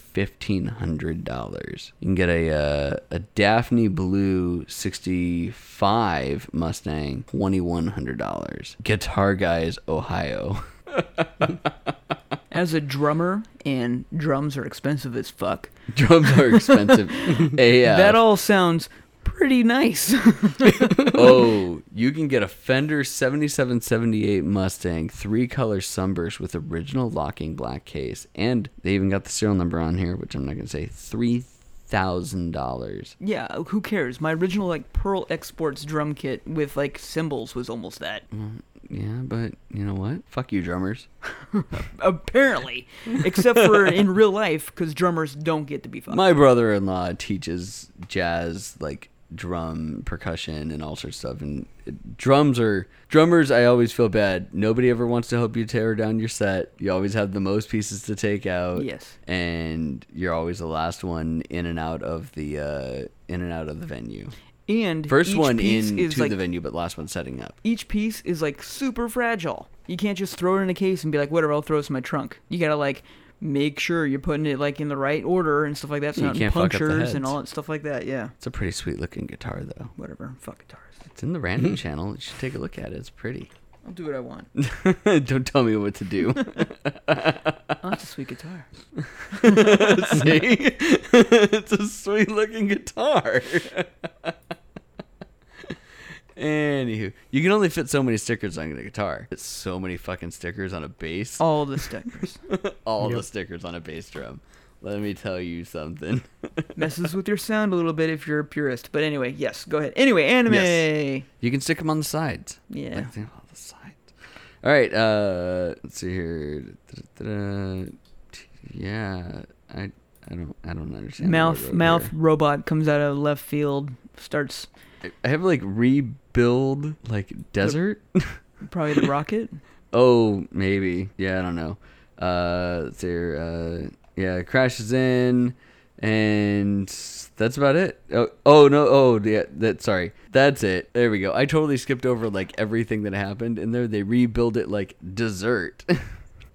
Speaker 1: $1,500. You can get a uh, a Daphne Blue 65 Mustang, $2,100. Guitar Guys, Ohio.
Speaker 3: As a drummer, and drums are expensive as fuck.
Speaker 1: Drums are expensive. uh, AF.
Speaker 3: That all sounds pretty nice.
Speaker 1: oh, you can get a Fender 7778 Mustang, three color sunburst with original locking black case. And they even got the serial number on here, which I'm not going to say. $3,000.
Speaker 3: yeah, who cares? My
Speaker 1: Mm.
Speaker 3: original like Pearl Exports drum kit with like cymbals was almost that.
Speaker 1: Yeah, but you know what? Fuck you, drummers.
Speaker 3: Apparently, except for in real life, because drummers don't get to be fucked.
Speaker 1: My brother-in-law teaches jazz, like drum, percussion, and all sorts of stuff. And it- drums are drummers. I always feel bad. Nobody ever wants to help you tear down your set. You always have the most pieces to take out.
Speaker 3: Yes.
Speaker 1: and you're always the last one in and out of the uh, in and out of the venue.
Speaker 3: and
Speaker 1: First
Speaker 3: each
Speaker 1: one
Speaker 3: piece
Speaker 1: in
Speaker 3: is
Speaker 1: to
Speaker 3: like
Speaker 1: the venue, but last one setting up.
Speaker 3: each piece is like super fragile. You can't just throw it in a case and be like, whatever, I'll throw this in my trunk. You gotta like make sure you're putting it like in the right order and stuff like that. So
Speaker 1: You
Speaker 3: not
Speaker 1: can't fuck up the
Speaker 3: punctures and
Speaker 1: heads.
Speaker 3: all that stuff like that. Yeah,
Speaker 1: It's a pretty sweet looking guitar, though.
Speaker 3: whatever. Fuck guitars.
Speaker 1: It's in the random channel. You should take a look at it. It's pretty.
Speaker 3: I'll do what I want.
Speaker 1: Don't tell me what to do.
Speaker 3: oh, that's a sweet guitar.
Speaker 1: See? it's a sweet looking guitar. Anywho, you can only fit so many stickers on a guitar. It's so many fucking stickers on a bass.
Speaker 3: All the stickers
Speaker 1: All the
Speaker 4: Yep.
Speaker 1: stickers on a bass drum. Let me tell you something.
Speaker 3: messes with your sound a little bit if you're a purist. But anyway, yes, go ahead. Anyway, anime.
Speaker 1: You can stick them on the sides.
Speaker 3: Yeah.
Speaker 1: Like, they're on the side. All right. Uh, let's see here. Da-da-da-da. Yeah. I I don't I don't understand. the word
Speaker 3: Mouth
Speaker 1: over
Speaker 3: mouth
Speaker 1: here.
Speaker 3: robot comes out of left field. Starts
Speaker 1: I have like rebuild like desert.
Speaker 3: probably the rocket.
Speaker 1: oh, maybe. Yeah, I don't know. Uh, let's see here. Uh, yeah, crashes in. And that's about it. Oh, oh no! Oh, yeah. That sorry. That's it. There we go. I totally skipped over like everything that happened in there. They rebuild it like dessert.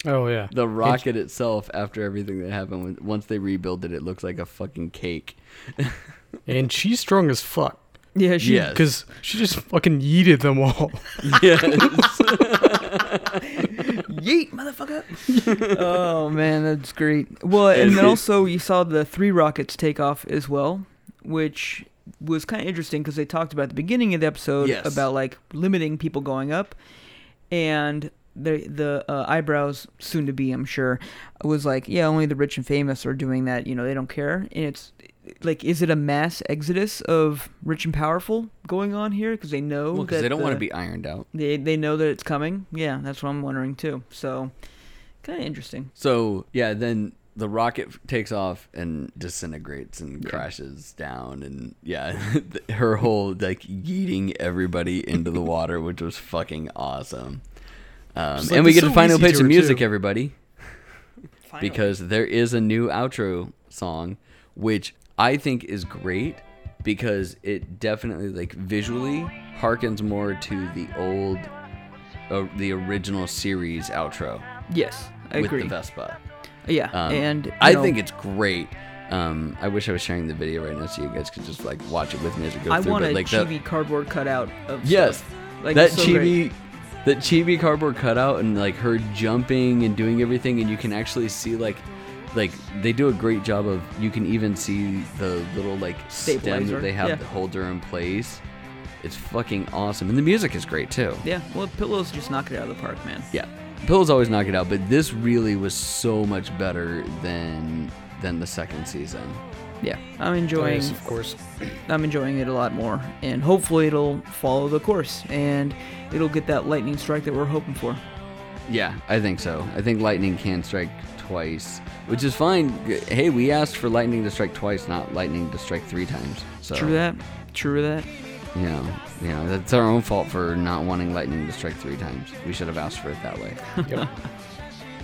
Speaker 4: Oh yeah.
Speaker 1: the rocket itself after everything that happened when- once they rebuild it it looks like a fucking cake
Speaker 4: And she's strong as fuck.
Speaker 3: Yeah, she
Speaker 1: Yes.
Speaker 4: Because she just fucking yeeted them all.
Speaker 1: yes
Speaker 3: Yeet, motherfucker! oh man, that's great. Well, and then also you saw the three rockets take off as well, which was kind of interesting because they talked about at the beginning of the episode
Speaker 1: Yes.
Speaker 3: about like limiting people going up, and the the uh, eyebrows soon to be, I'm sure, was like, yeah, only the rich and famous are doing that. You know, they don't care, and it's like, is it a mass exodus of rich and powerful going on here because they know
Speaker 1: because
Speaker 3: that
Speaker 1: they don't
Speaker 3: the-
Speaker 1: want to be ironed out
Speaker 3: they they know that it's coming. Yeah, that's what I'm wondering too. So, kind of interesting.
Speaker 1: so yeah then the rocket f- takes off and disintegrates and
Speaker 3: Yeah.
Speaker 1: crashes down and yeah th- her whole like yeeting everybody into the water which was fucking awesome um,
Speaker 4: She's like,
Speaker 1: and we
Speaker 4: "This
Speaker 1: get
Speaker 4: is
Speaker 1: a
Speaker 4: so
Speaker 1: final
Speaker 4: easy
Speaker 1: page
Speaker 4: to
Speaker 1: of
Speaker 4: her,
Speaker 1: music
Speaker 4: too."
Speaker 1: everybody because there is a new outro song which i think is great because it definitely like visually harkens more to the old uh, the original series outro
Speaker 3: yes, I
Speaker 1: with
Speaker 3: agree.
Speaker 1: the vespa
Speaker 3: yeah,
Speaker 1: Um,
Speaker 3: and
Speaker 1: i
Speaker 3: you know,
Speaker 1: think it's great um, I wish I was sharing the video right now so you guys could just like watch it with me as it goes
Speaker 3: I
Speaker 1: through.
Speaker 3: want
Speaker 1: but,
Speaker 3: a
Speaker 1: like that-
Speaker 3: chibi cardboard cutout of
Speaker 1: Yes.
Speaker 3: stuff. Like,
Speaker 1: that
Speaker 3: it's so great.
Speaker 1: chibi that chibi cardboard cutout and like her jumping and doing everything and you can actually see like like they do a great job of you can even see the little like stem
Speaker 3: Stabilizer,
Speaker 1: that they have
Speaker 3: yeah.
Speaker 1: that hold her in place. It's fucking awesome. And the music is great too.
Speaker 3: Yeah, well, pillows just knock it out of the park, man.
Speaker 1: Yeah. Pills always knock it out, but this really was so much better than than the second season.
Speaker 3: Yeah, I'm enjoying.
Speaker 4: Yes, of course.
Speaker 3: I'm enjoying it a lot more, and hopefully it'll follow the course and it'll get that lightning strike that we're hoping for.
Speaker 1: Yeah, I think so. I think lightning can strike twice, which is fine. G- Hey, we asked for lightning to strike twice, not lightning to strike three times. So,
Speaker 3: True that. True that.
Speaker 1: you know, you know, that's our own fault for not wanting lightning to strike three times. We should have asked for it that way.
Speaker 4: Yep.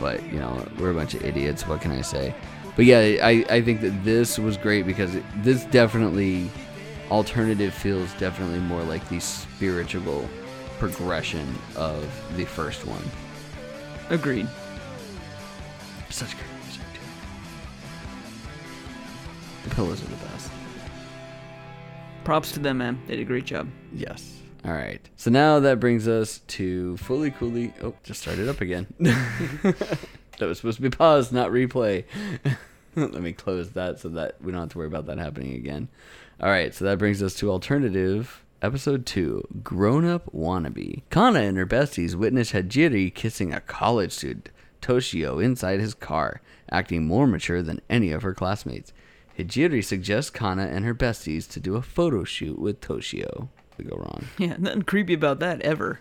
Speaker 1: But you know, we're a bunch of idiots. What can I say? But yeah, I, I think that this was great because it, this definitely alternative feels definitely more like the spiritual progression of the first one.
Speaker 3: Agreed.
Speaker 1: Such great music, too. The pillows are the best.
Speaker 3: Props to them, man. They did a great job.
Speaker 1: Yes. All right. So now that brings us to fully coolly. Oh, just started up again. that was supposed to be paused, not replay. Let me close that so that we don't have to worry about that happening again. All right. So that brings us to alternative episode two grown up wannabe. Kana and her besties witness Hajiri kissing a college student, Toshio, inside his car, acting more mature than any of her classmates. Hijiri suggests Kana and her besties to do a photo shoot with Toshio. could go wrong.
Speaker 3: Yeah, nothing creepy about that ever.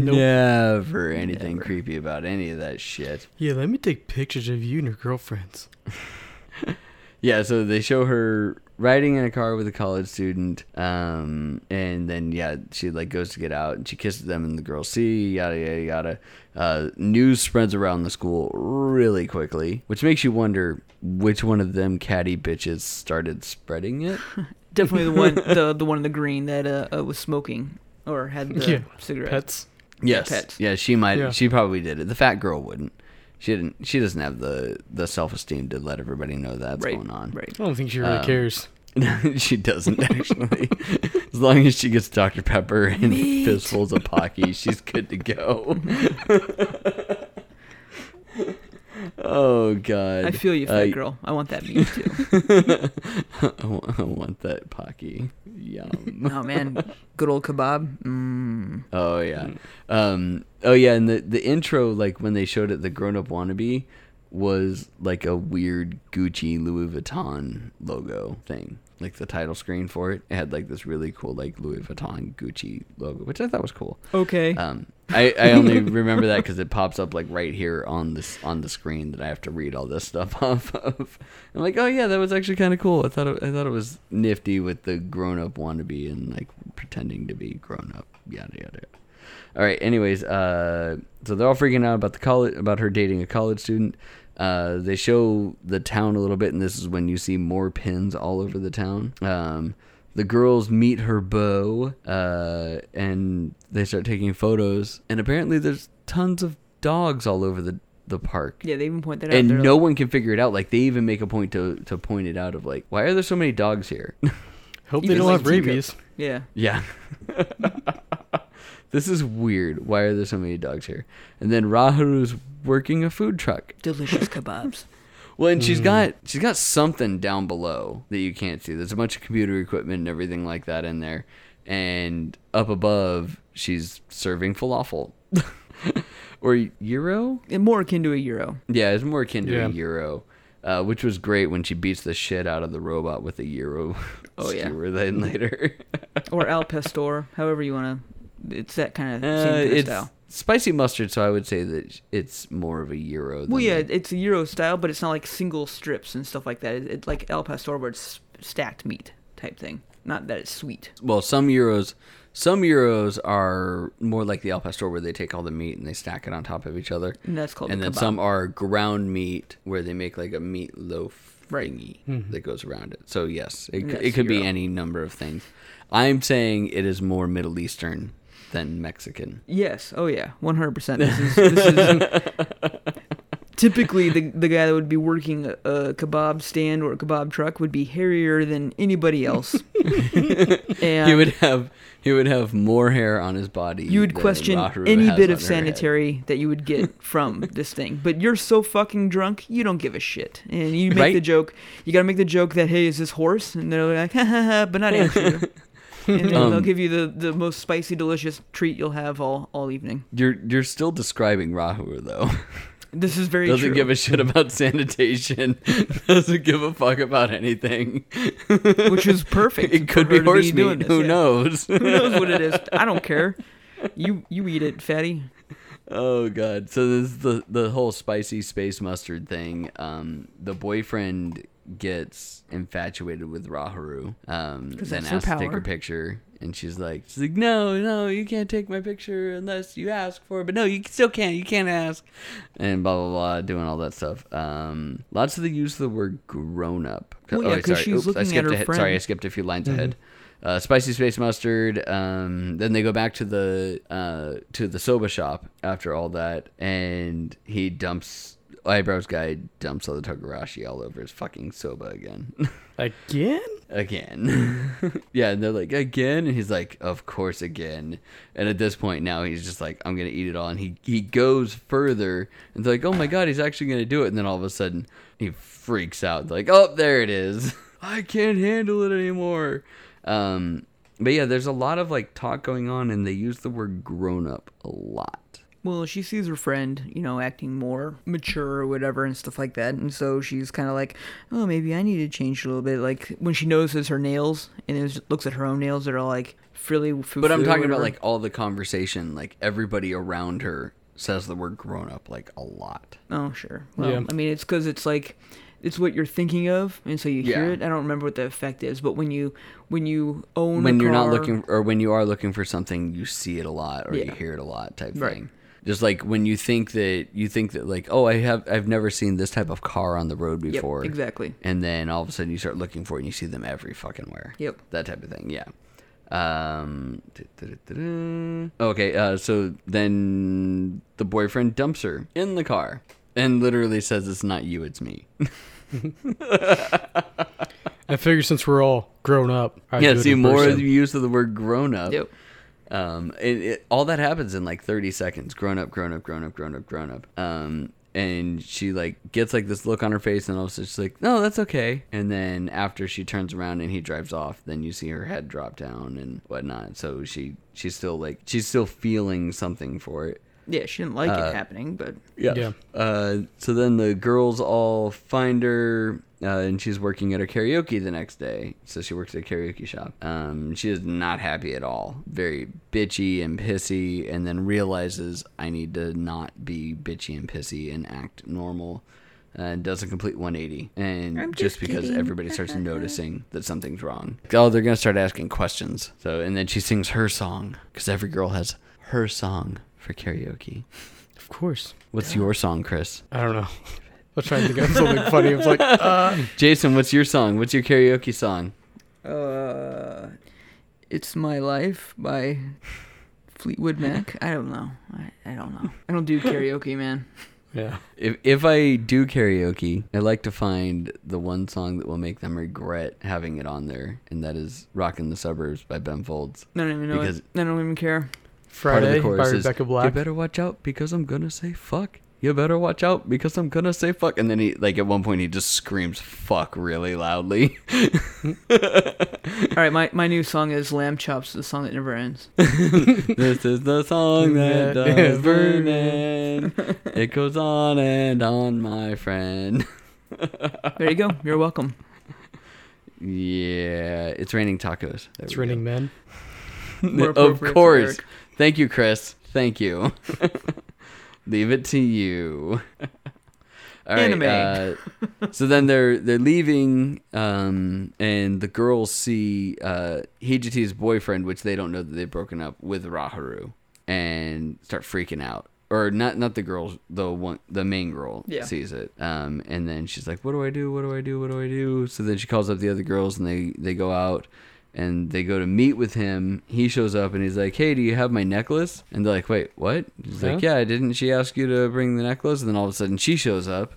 Speaker 1: Never anything
Speaker 3: Never.
Speaker 1: creepy about any of that shit.
Speaker 4: Yeah, let me take pictures of you and your girlfriends.
Speaker 1: Yeah, so they show her riding in a car with a college student, um, and then yeah, she like goes to get out and she kisses them, and the girls see yada yada yada. Uh, news spreads around the school really quickly, which makes you wonder which one of them catty bitches started spreading it.
Speaker 3: Definitely the one, the the one in the green that uh, uh was smoking or had the
Speaker 4: Yeah,
Speaker 3: cigarette.
Speaker 4: Pets.
Speaker 1: Yes,
Speaker 3: pets.
Speaker 1: yeah, she might,
Speaker 4: Yeah.
Speaker 1: she probably did it. The fat girl wouldn't. She didn't. She doesn't have the the self esteem to let everybody know that's
Speaker 3: right,
Speaker 1: going on.
Speaker 3: right.
Speaker 4: I don't think she really
Speaker 1: Um,
Speaker 4: cares.
Speaker 1: she doesn't actually. as long as she gets Dr. Pepper and fistfuls of Pocky, she's good to go. oh God!
Speaker 3: I feel you,
Speaker 1: Uh,
Speaker 3: fat girl. I want that meat too.
Speaker 1: I wa- I want that Pocky. Yum.
Speaker 3: oh man, good old kebab. Mm.
Speaker 1: Oh yeah. Um. Oh yeah. And the the intro, like when they showed it, the grown up wannabe was like a weird Gucci Louis Vuitton logo thing. Like the title screen for it, it had like this really cool like Louis Vuitton Gucci logo, which I thought was cool.
Speaker 3: Okay.
Speaker 1: Um, I, I only remember that because it pops up like right here on this on the screen that I have to read all this stuff off of. I'm like, oh yeah, that was actually kind of cool. I thought it, I thought it was nifty with the grown up wannabe and like pretending to be grown up. Yada yada. yada. All right. Anyways, uh, so they're all freaking out about the college about her dating a college student. Uh, they show the town a little bit, and this is when you see more pins all over the town. Um, the girls meet her beau, uh, and they start taking photos. And apparently, there's tons of dogs all over the the park.
Speaker 3: yeah, they even point that out.
Speaker 1: And
Speaker 3: They're
Speaker 1: no
Speaker 3: like,
Speaker 1: one can figure it out. Like they even make a point to to point it out of like, why are there so many dogs here?
Speaker 4: Hope
Speaker 3: even
Speaker 4: they don't
Speaker 3: like
Speaker 4: have
Speaker 3: Tinker.
Speaker 4: rabies.
Speaker 3: yeah,
Speaker 1: Yeah. this is weird. Why are there so many dogs here? And then Rahuru's working a food truck.
Speaker 3: delicious kebabs.
Speaker 1: Well, and
Speaker 3: Hmm.
Speaker 1: she's got she's got something down below that you can't see. There's a bunch of computer equipment and everything like that in there. And up above, she's serving falafel. or euro?
Speaker 3: And more akin to a euro.
Speaker 1: Yeah, it's more akin to
Speaker 4: Yeah.
Speaker 1: a euro, uh, which was great when she beats the shit out of the robot with a euro
Speaker 3: Oh, yeah.
Speaker 1: skewer then later.
Speaker 3: or al pastor, however you want to. It's that kind of
Speaker 1: Uh,
Speaker 3: same kind of
Speaker 1: it's
Speaker 3: style.
Speaker 1: spicy mustard, so I would say that it's more of a euro. Than
Speaker 3: Well, yeah,
Speaker 1: a-
Speaker 3: it's a euro style, but it's not like single strips and stuff like that. It- It's like al pastor, where it's stacked meat type thing. Not that it's sweet.
Speaker 1: well, some euros, some euros are more like the al pastor, where they take all the meat and they stack it on top of each other,
Speaker 3: And that's called.
Speaker 1: and
Speaker 3: a
Speaker 1: then
Speaker 3: kebab.
Speaker 1: some are ground meat, where they make like a meat loaf
Speaker 3: Right.
Speaker 1: thingy that goes around it. So yes, it, c-
Speaker 3: Yes,
Speaker 1: it could be
Speaker 3: euro.
Speaker 1: any number of things. I'm saying it is more Middle Eastern than Mexican.
Speaker 3: Yes. Oh yeah. One hundred percent. This is this is typically the the guy that would be working a, a kebab stand or a kebab truck would be hairier than anybody else. and
Speaker 1: He would have he would have more hair on his body.
Speaker 3: you would
Speaker 1: than
Speaker 3: question
Speaker 1: Rahru
Speaker 3: any
Speaker 1: has
Speaker 3: bit
Speaker 1: on
Speaker 3: of
Speaker 1: her head.
Speaker 3: sanitary that you would get from this thing. But you're so fucking drunk, you don't give a shit. And you make
Speaker 1: Right.
Speaker 3: the joke. You gotta make the joke that hey, is this horse? And they're like, ha ha ha, but not answer. you. and then they'll
Speaker 1: Um,
Speaker 3: give you the, the most spicy, delicious treat you'll have all, all evening.
Speaker 1: You're you're still describing Rahur though.
Speaker 3: This is very
Speaker 1: Doesn't
Speaker 3: true.
Speaker 1: give a shit about sanitation. Doesn't give a fuck about anything.
Speaker 3: which is perfect.
Speaker 1: It could
Speaker 3: for
Speaker 1: be
Speaker 3: her to
Speaker 1: horse meat.
Speaker 3: doing this,
Speaker 1: Who
Speaker 3: yeah.
Speaker 1: knows?
Speaker 3: Who knows what it is? I don't care. You you eat it, fatty.
Speaker 1: oh god. So this is the the whole spicy space mustard thing. Um, the boyfriend gets infatuated with Rahuru. Um, then
Speaker 3: that's her
Speaker 1: asks to take her
Speaker 3: power.
Speaker 1: picture, and she's like, she's like, no, no, you can't take my picture unless you ask for it. But no, you still can't. You can't ask. And blah blah blah, doing all that stuff. Um, lots of the use of the word grown up.
Speaker 3: Well, yeah,
Speaker 1: wait,
Speaker 3: 'cause
Speaker 1: Oh, sorry.
Speaker 3: she's
Speaker 1: Oops, I
Speaker 3: looking at
Speaker 1: skipped
Speaker 3: her
Speaker 1: ahead.
Speaker 3: friend. Mm-hmm.
Speaker 1: Sorry, I skipped a few lines ahead. Uh, spicy space mustard. Um, then they go back to the uh, to the soba shop after all that, and he dumps eyebrows guy dumps all the Togarashi all over his fucking soba again,
Speaker 4: Again?
Speaker 1: again. yeah, and they're like again, and he's like, of course again. And at this point now, he's just like, I'm gonna eat it all, and he he goes further, and they're like, oh my god, he's actually gonna do it, and then all of a sudden he freaks out, like, oh there it is, I can't handle it anymore. Um, but yeah, there's a lot of like talk going on, and they use the word grown up a lot.
Speaker 3: well, she sees her friend, you know, acting more mature or whatever and stuff like that. And so she's kind of like, oh, maybe I need to change a little bit. Like when she notices her nails and is, looks at her own nails, they're all like frilly.
Speaker 1: But I'm talking about like all the conversation, like everybody around her says the word grown up like a lot.
Speaker 3: Oh, sure. Well,
Speaker 4: Yeah.
Speaker 3: I mean, it's because it's like it's what you're thinking of, and so you hear
Speaker 1: Yeah.
Speaker 3: it. I don't remember what the effect is, but when you when you own a
Speaker 1: When you're not
Speaker 3: car-
Speaker 1: looking or when you are looking for something, you see it a lot or you
Speaker 3: Yeah.
Speaker 1: hear it a lot type
Speaker 3: Right.
Speaker 1: thing. Just like when you think that you think that like, oh, I have I've never seen this type of car on the road
Speaker 3: Yep,
Speaker 1: before.
Speaker 3: exactly.
Speaker 1: And then all of a sudden you start looking for it and you see them every fucking where.
Speaker 3: Yep.
Speaker 1: That type of thing. Yeah. Um, da-da-da-da-da. okay. Uh, so then the boyfriend dumps her in the car and literally says, "It's not you, it's me."
Speaker 4: I figure since we're all grown up, I
Speaker 1: yeah.
Speaker 4: do it
Speaker 1: See
Speaker 4: in
Speaker 1: more
Speaker 4: person.
Speaker 1: of the use of the word "grown up."
Speaker 3: Yep.
Speaker 1: Um, and it, all that happens in like 30 seconds. Grown up, grown up, grown up, grown up, grown up. Um, and she like gets like this look on her face, and all of a sudden she's like, "No, that's okay." And then after she turns around and he drives off, then you see her head drop down and whatnot. So she she's still like she's still feeling something for it.
Speaker 3: Yeah, she didn't like it happening, but
Speaker 4: Yeah.
Speaker 1: Uh, so then the girls all find her, uh, and she's working at her karaoke the next day. So she works at a karaoke shop. Um, she is not happy at all. Very bitchy and pissy, and then realizes I need to not be bitchy and pissy and act normal. Uh, And does a complete 180, and
Speaker 3: I'm
Speaker 1: just,
Speaker 3: just
Speaker 1: because
Speaker 3: kidding.
Speaker 1: everybody starts noticing that something's wrong, oh, they're gonna start asking questions. So, and then she sings her song because every girl has her song for karaoke.
Speaker 4: Of course.
Speaker 1: What's your song, Chris?
Speaker 4: I don't know. I was trying to think of something funny. I was like, uh,
Speaker 1: Jason, what's your song? What's your karaoke song?
Speaker 3: uh, it's my life by Fleetwood Mac. I don't know. I, I don't know. I don't do karaoke, man.
Speaker 4: yeah.
Speaker 1: If if I do karaoke, I like to find the one song that will make them regret having it on there, and that is "Rockin' the Suburbs" by Ben Folds.
Speaker 3: I don't even know.
Speaker 1: Because-
Speaker 3: It. I don't even care.
Speaker 4: Friday by
Speaker 1: is,
Speaker 4: Rebecca
Speaker 1: "You
Speaker 4: Black.
Speaker 1: better watch out because I'm gonna say fuck. You better watch out because I'm gonna say fuck." And then he like at one point he just screams "fuck" really loudly.
Speaker 3: All right, my my new song is Lamb Chops, the song that never ends.
Speaker 1: this is the song that
Speaker 4: That
Speaker 1: does
Speaker 4: is
Speaker 1: burning. It goes on and on, my friend.
Speaker 3: There you go. You're welcome.
Speaker 1: Yeah, it's raining tacos. There
Speaker 4: It's
Speaker 1: we go.
Speaker 4: raining men.
Speaker 3: More
Speaker 1: of
Speaker 3: appropriate for
Speaker 1: course.
Speaker 3: Eric.
Speaker 1: Thank you, Chris. Thank you. Leave it to you. All right,
Speaker 3: Anime.
Speaker 1: uh, so then they're they're leaving, um, and the girls see uh, Hijiti's boyfriend, which they don't know that they've broken up with Raharu, and start freaking out. Or not not the girls, the one the main girl
Speaker 3: Yeah.
Speaker 1: sees it, um, and then she's like, "What do I do? What do I do? What do I do?" So then she calls up the other girls, and they they go out, and they go to meet with him. He shows up and he's like, "Hey, do you have my necklace?" And they're like, "Wait, what?" He's like,
Speaker 4: Huh?
Speaker 1: "Yeah, didn't she ask you to bring the necklace?" And then all of a sudden, she shows up.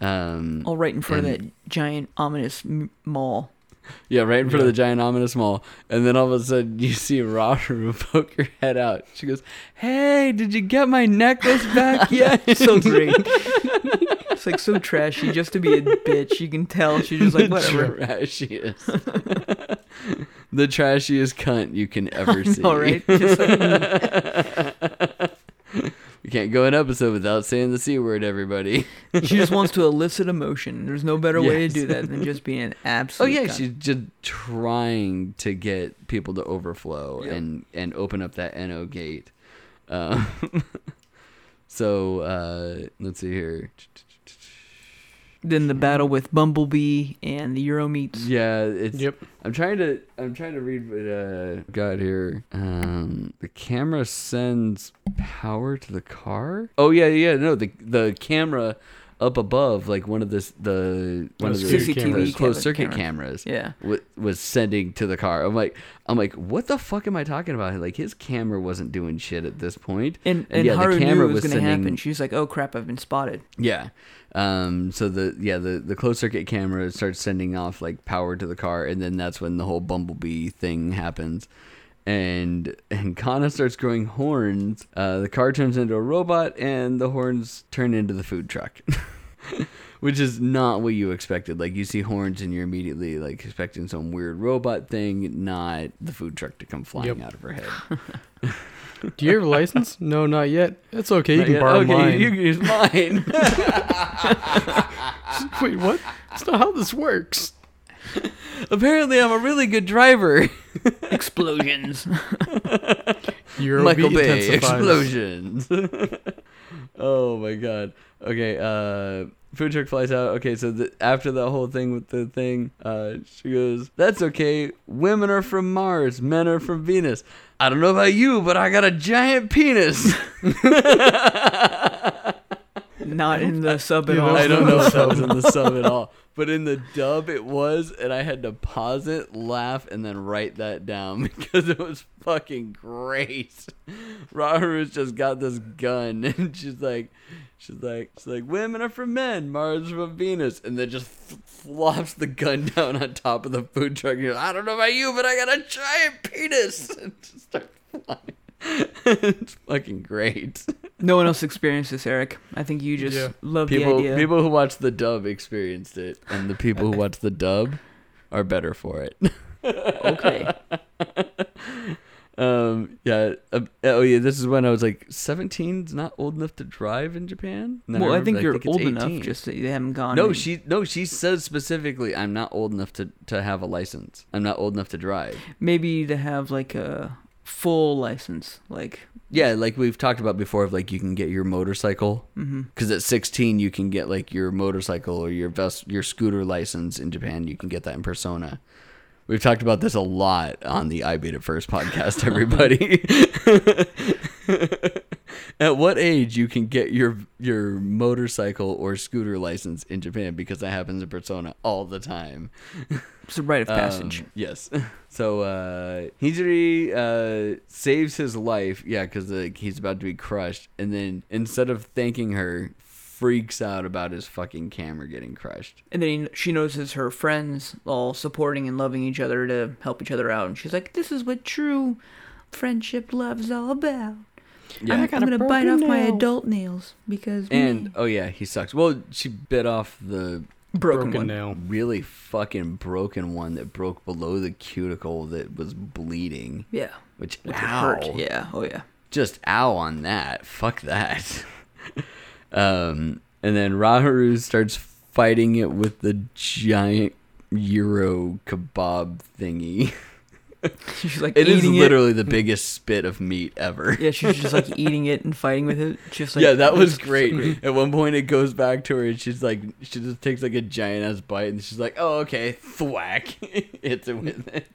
Speaker 1: Um,
Speaker 3: All right in front of
Speaker 1: And-
Speaker 3: that giant ominous m- mall.
Speaker 1: yeah, right in front of the giant ominous mall. And then all of a sudden, you see Raru poke her head out. She goes, "Hey, did you get my necklace back yet?"
Speaker 3: so great. it's like so trashy just to be a bitch. You can tell she's just like whatever.
Speaker 1: Trashiest. the trashiest cunt you can ever see.
Speaker 3: All right, just like,
Speaker 1: We can't go an episode without saying the c word, everybody.
Speaker 3: she just wants to elicit emotion. There's no better way to do that than just being an
Speaker 1: Oh
Speaker 3: absolute.
Speaker 1: yeah,
Speaker 3: cunt.
Speaker 1: she's just trying to get people to overflow
Speaker 3: Yeah.
Speaker 1: and and open up that no gate. Um, so uh, let's see here.
Speaker 3: Then the battle with Bumblebee and the Euro meets.
Speaker 1: Yeah, it's.
Speaker 4: Yep.
Speaker 1: I'm trying to. I'm trying to read what uh, I've got here. Um, the camera sends power to the car. Oh yeah, yeah. No, the the camera up above, like one of this the one of the
Speaker 4: Those
Speaker 3: CCTV
Speaker 1: those closed
Speaker 3: camera-
Speaker 1: circuit
Speaker 3: cameras.
Speaker 1: cameras.
Speaker 3: Yeah.
Speaker 1: wa- was sending to the car. I'm like, I'm like, what the fuck am I talking about? Like his camera wasn't doing shit at this point.
Speaker 3: And and Haru knew it was, going to happen. She's like, "Oh crap, I've been spotted."
Speaker 1: Yeah. Um. So the yeah the the closed circuit camera starts sending off like power to the car, and then that's when the whole bumblebee thing happens. And and Kana starts growing horns. Uh, the car turns into a robot, and the horns turn into the food truck. Which is not what you expected. Like you see horns and you're immediately like expecting some weird robot thing, not the food truck to come flying
Speaker 4: Yep.
Speaker 1: out of her head.
Speaker 4: Do you have a license? No, not yet. It's okay. You
Speaker 1: Not
Speaker 4: can
Speaker 1: yet.
Speaker 4: borrow
Speaker 1: okay,
Speaker 4: mine.
Speaker 1: you can use mine.
Speaker 4: Wait, what? That's not how this works.
Speaker 1: Apparently, I'm a really good driver.
Speaker 3: Explosions.
Speaker 4: Your
Speaker 1: Michael
Speaker 4: beat
Speaker 1: Bay
Speaker 4: intensifies.
Speaker 1: explosions. oh my god. Okay. Uh, food truck flies out. Okay, so the, after the whole thing with the thing, uh, she goes, "That's okay. Women are from Mars. Men are from Venus. I don't know about you, but I got a giant penis.
Speaker 3: Not in the sub at
Speaker 4: Yeah,
Speaker 3: all.
Speaker 4: that's
Speaker 1: I don't
Speaker 4: not
Speaker 1: know
Speaker 4: the
Speaker 1: if that
Speaker 4: sub.
Speaker 1: was in the sub at all, but in the dub it was, and I had to pause it, laugh, and then write that down because it was fucking great. Raru's just got this gun, and she's like, she's like, she's like, women are for men, Mars from Venus, and then just f- flops the gun down on top of the food truck. And goes, I don't know about you, but I got a giant penis, and just start flying. it's fucking great.
Speaker 3: No one else experienced this, Eric. I think you just
Speaker 4: Yeah.
Speaker 3: love
Speaker 1: people
Speaker 3: the idea.
Speaker 1: people who watch the dub experienced it and the people who watch the dub are better for it
Speaker 3: Okay.
Speaker 1: um yeah uh, oh yeah this is when i was like 17's not old enough to drive in japan And then
Speaker 3: well, I
Speaker 1: remember,
Speaker 3: think you're
Speaker 1: it's
Speaker 3: old enough.
Speaker 1: 18.
Speaker 3: Just that you haven't gone.
Speaker 1: no
Speaker 3: and-
Speaker 1: she no she says specifically i'm not old enough to to have a license i'm not old enough to drive
Speaker 3: maybe to have like a full license, like
Speaker 1: yeah like we've talked about before of like you can get your motorcycle because at 16 you can get like your motorcycle or your best your scooter license in japan you can get that in persona we've talked about this a lot on the i beat it first podcast everybody at what age you can get your your motorcycle or scooter license in japan because that happens in persona all the time
Speaker 3: it's a rite of passage.
Speaker 1: um, yes. So uh, Hijiri uh, saves his life. Yeah, because like, he's about to be crushed, and then instead of thanking her, freaks out about his fucking camera getting crushed.
Speaker 3: and then she notices her friends all supporting and loving each other to help each other out, and she's like, "This is what true friendship love's all about."
Speaker 1: Yeah.
Speaker 3: I'm gonna
Speaker 4: broken
Speaker 3: bite off my
Speaker 4: nail.
Speaker 3: adult nails because
Speaker 1: and
Speaker 3: me.
Speaker 1: oh yeah, he sucks. Well, she bit off the
Speaker 3: broken,
Speaker 4: Broken
Speaker 3: one.
Speaker 4: nail.
Speaker 1: really fucking broken one that broke below the cuticle that was bleeding.
Speaker 3: Yeah,
Speaker 1: Which
Speaker 3: It
Speaker 1: ow.
Speaker 3: hurt. Yeah, oh yeah.
Speaker 1: just ow on that. Fuck that. um, and then Raharu starts fighting it with the giant Euro kebab thingy.
Speaker 3: She's like
Speaker 1: It is
Speaker 3: eating
Speaker 1: literally the biggest spit of meat ever.
Speaker 3: It. Yeah, she's just like eating it and fighting with it. Just like
Speaker 1: yeah, that was
Speaker 3: it's
Speaker 1: great. At one point, it goes back to her, and she's like, she just takes like a giant ass bite, and she's like, "Oh, okay, thwack, hits it with it."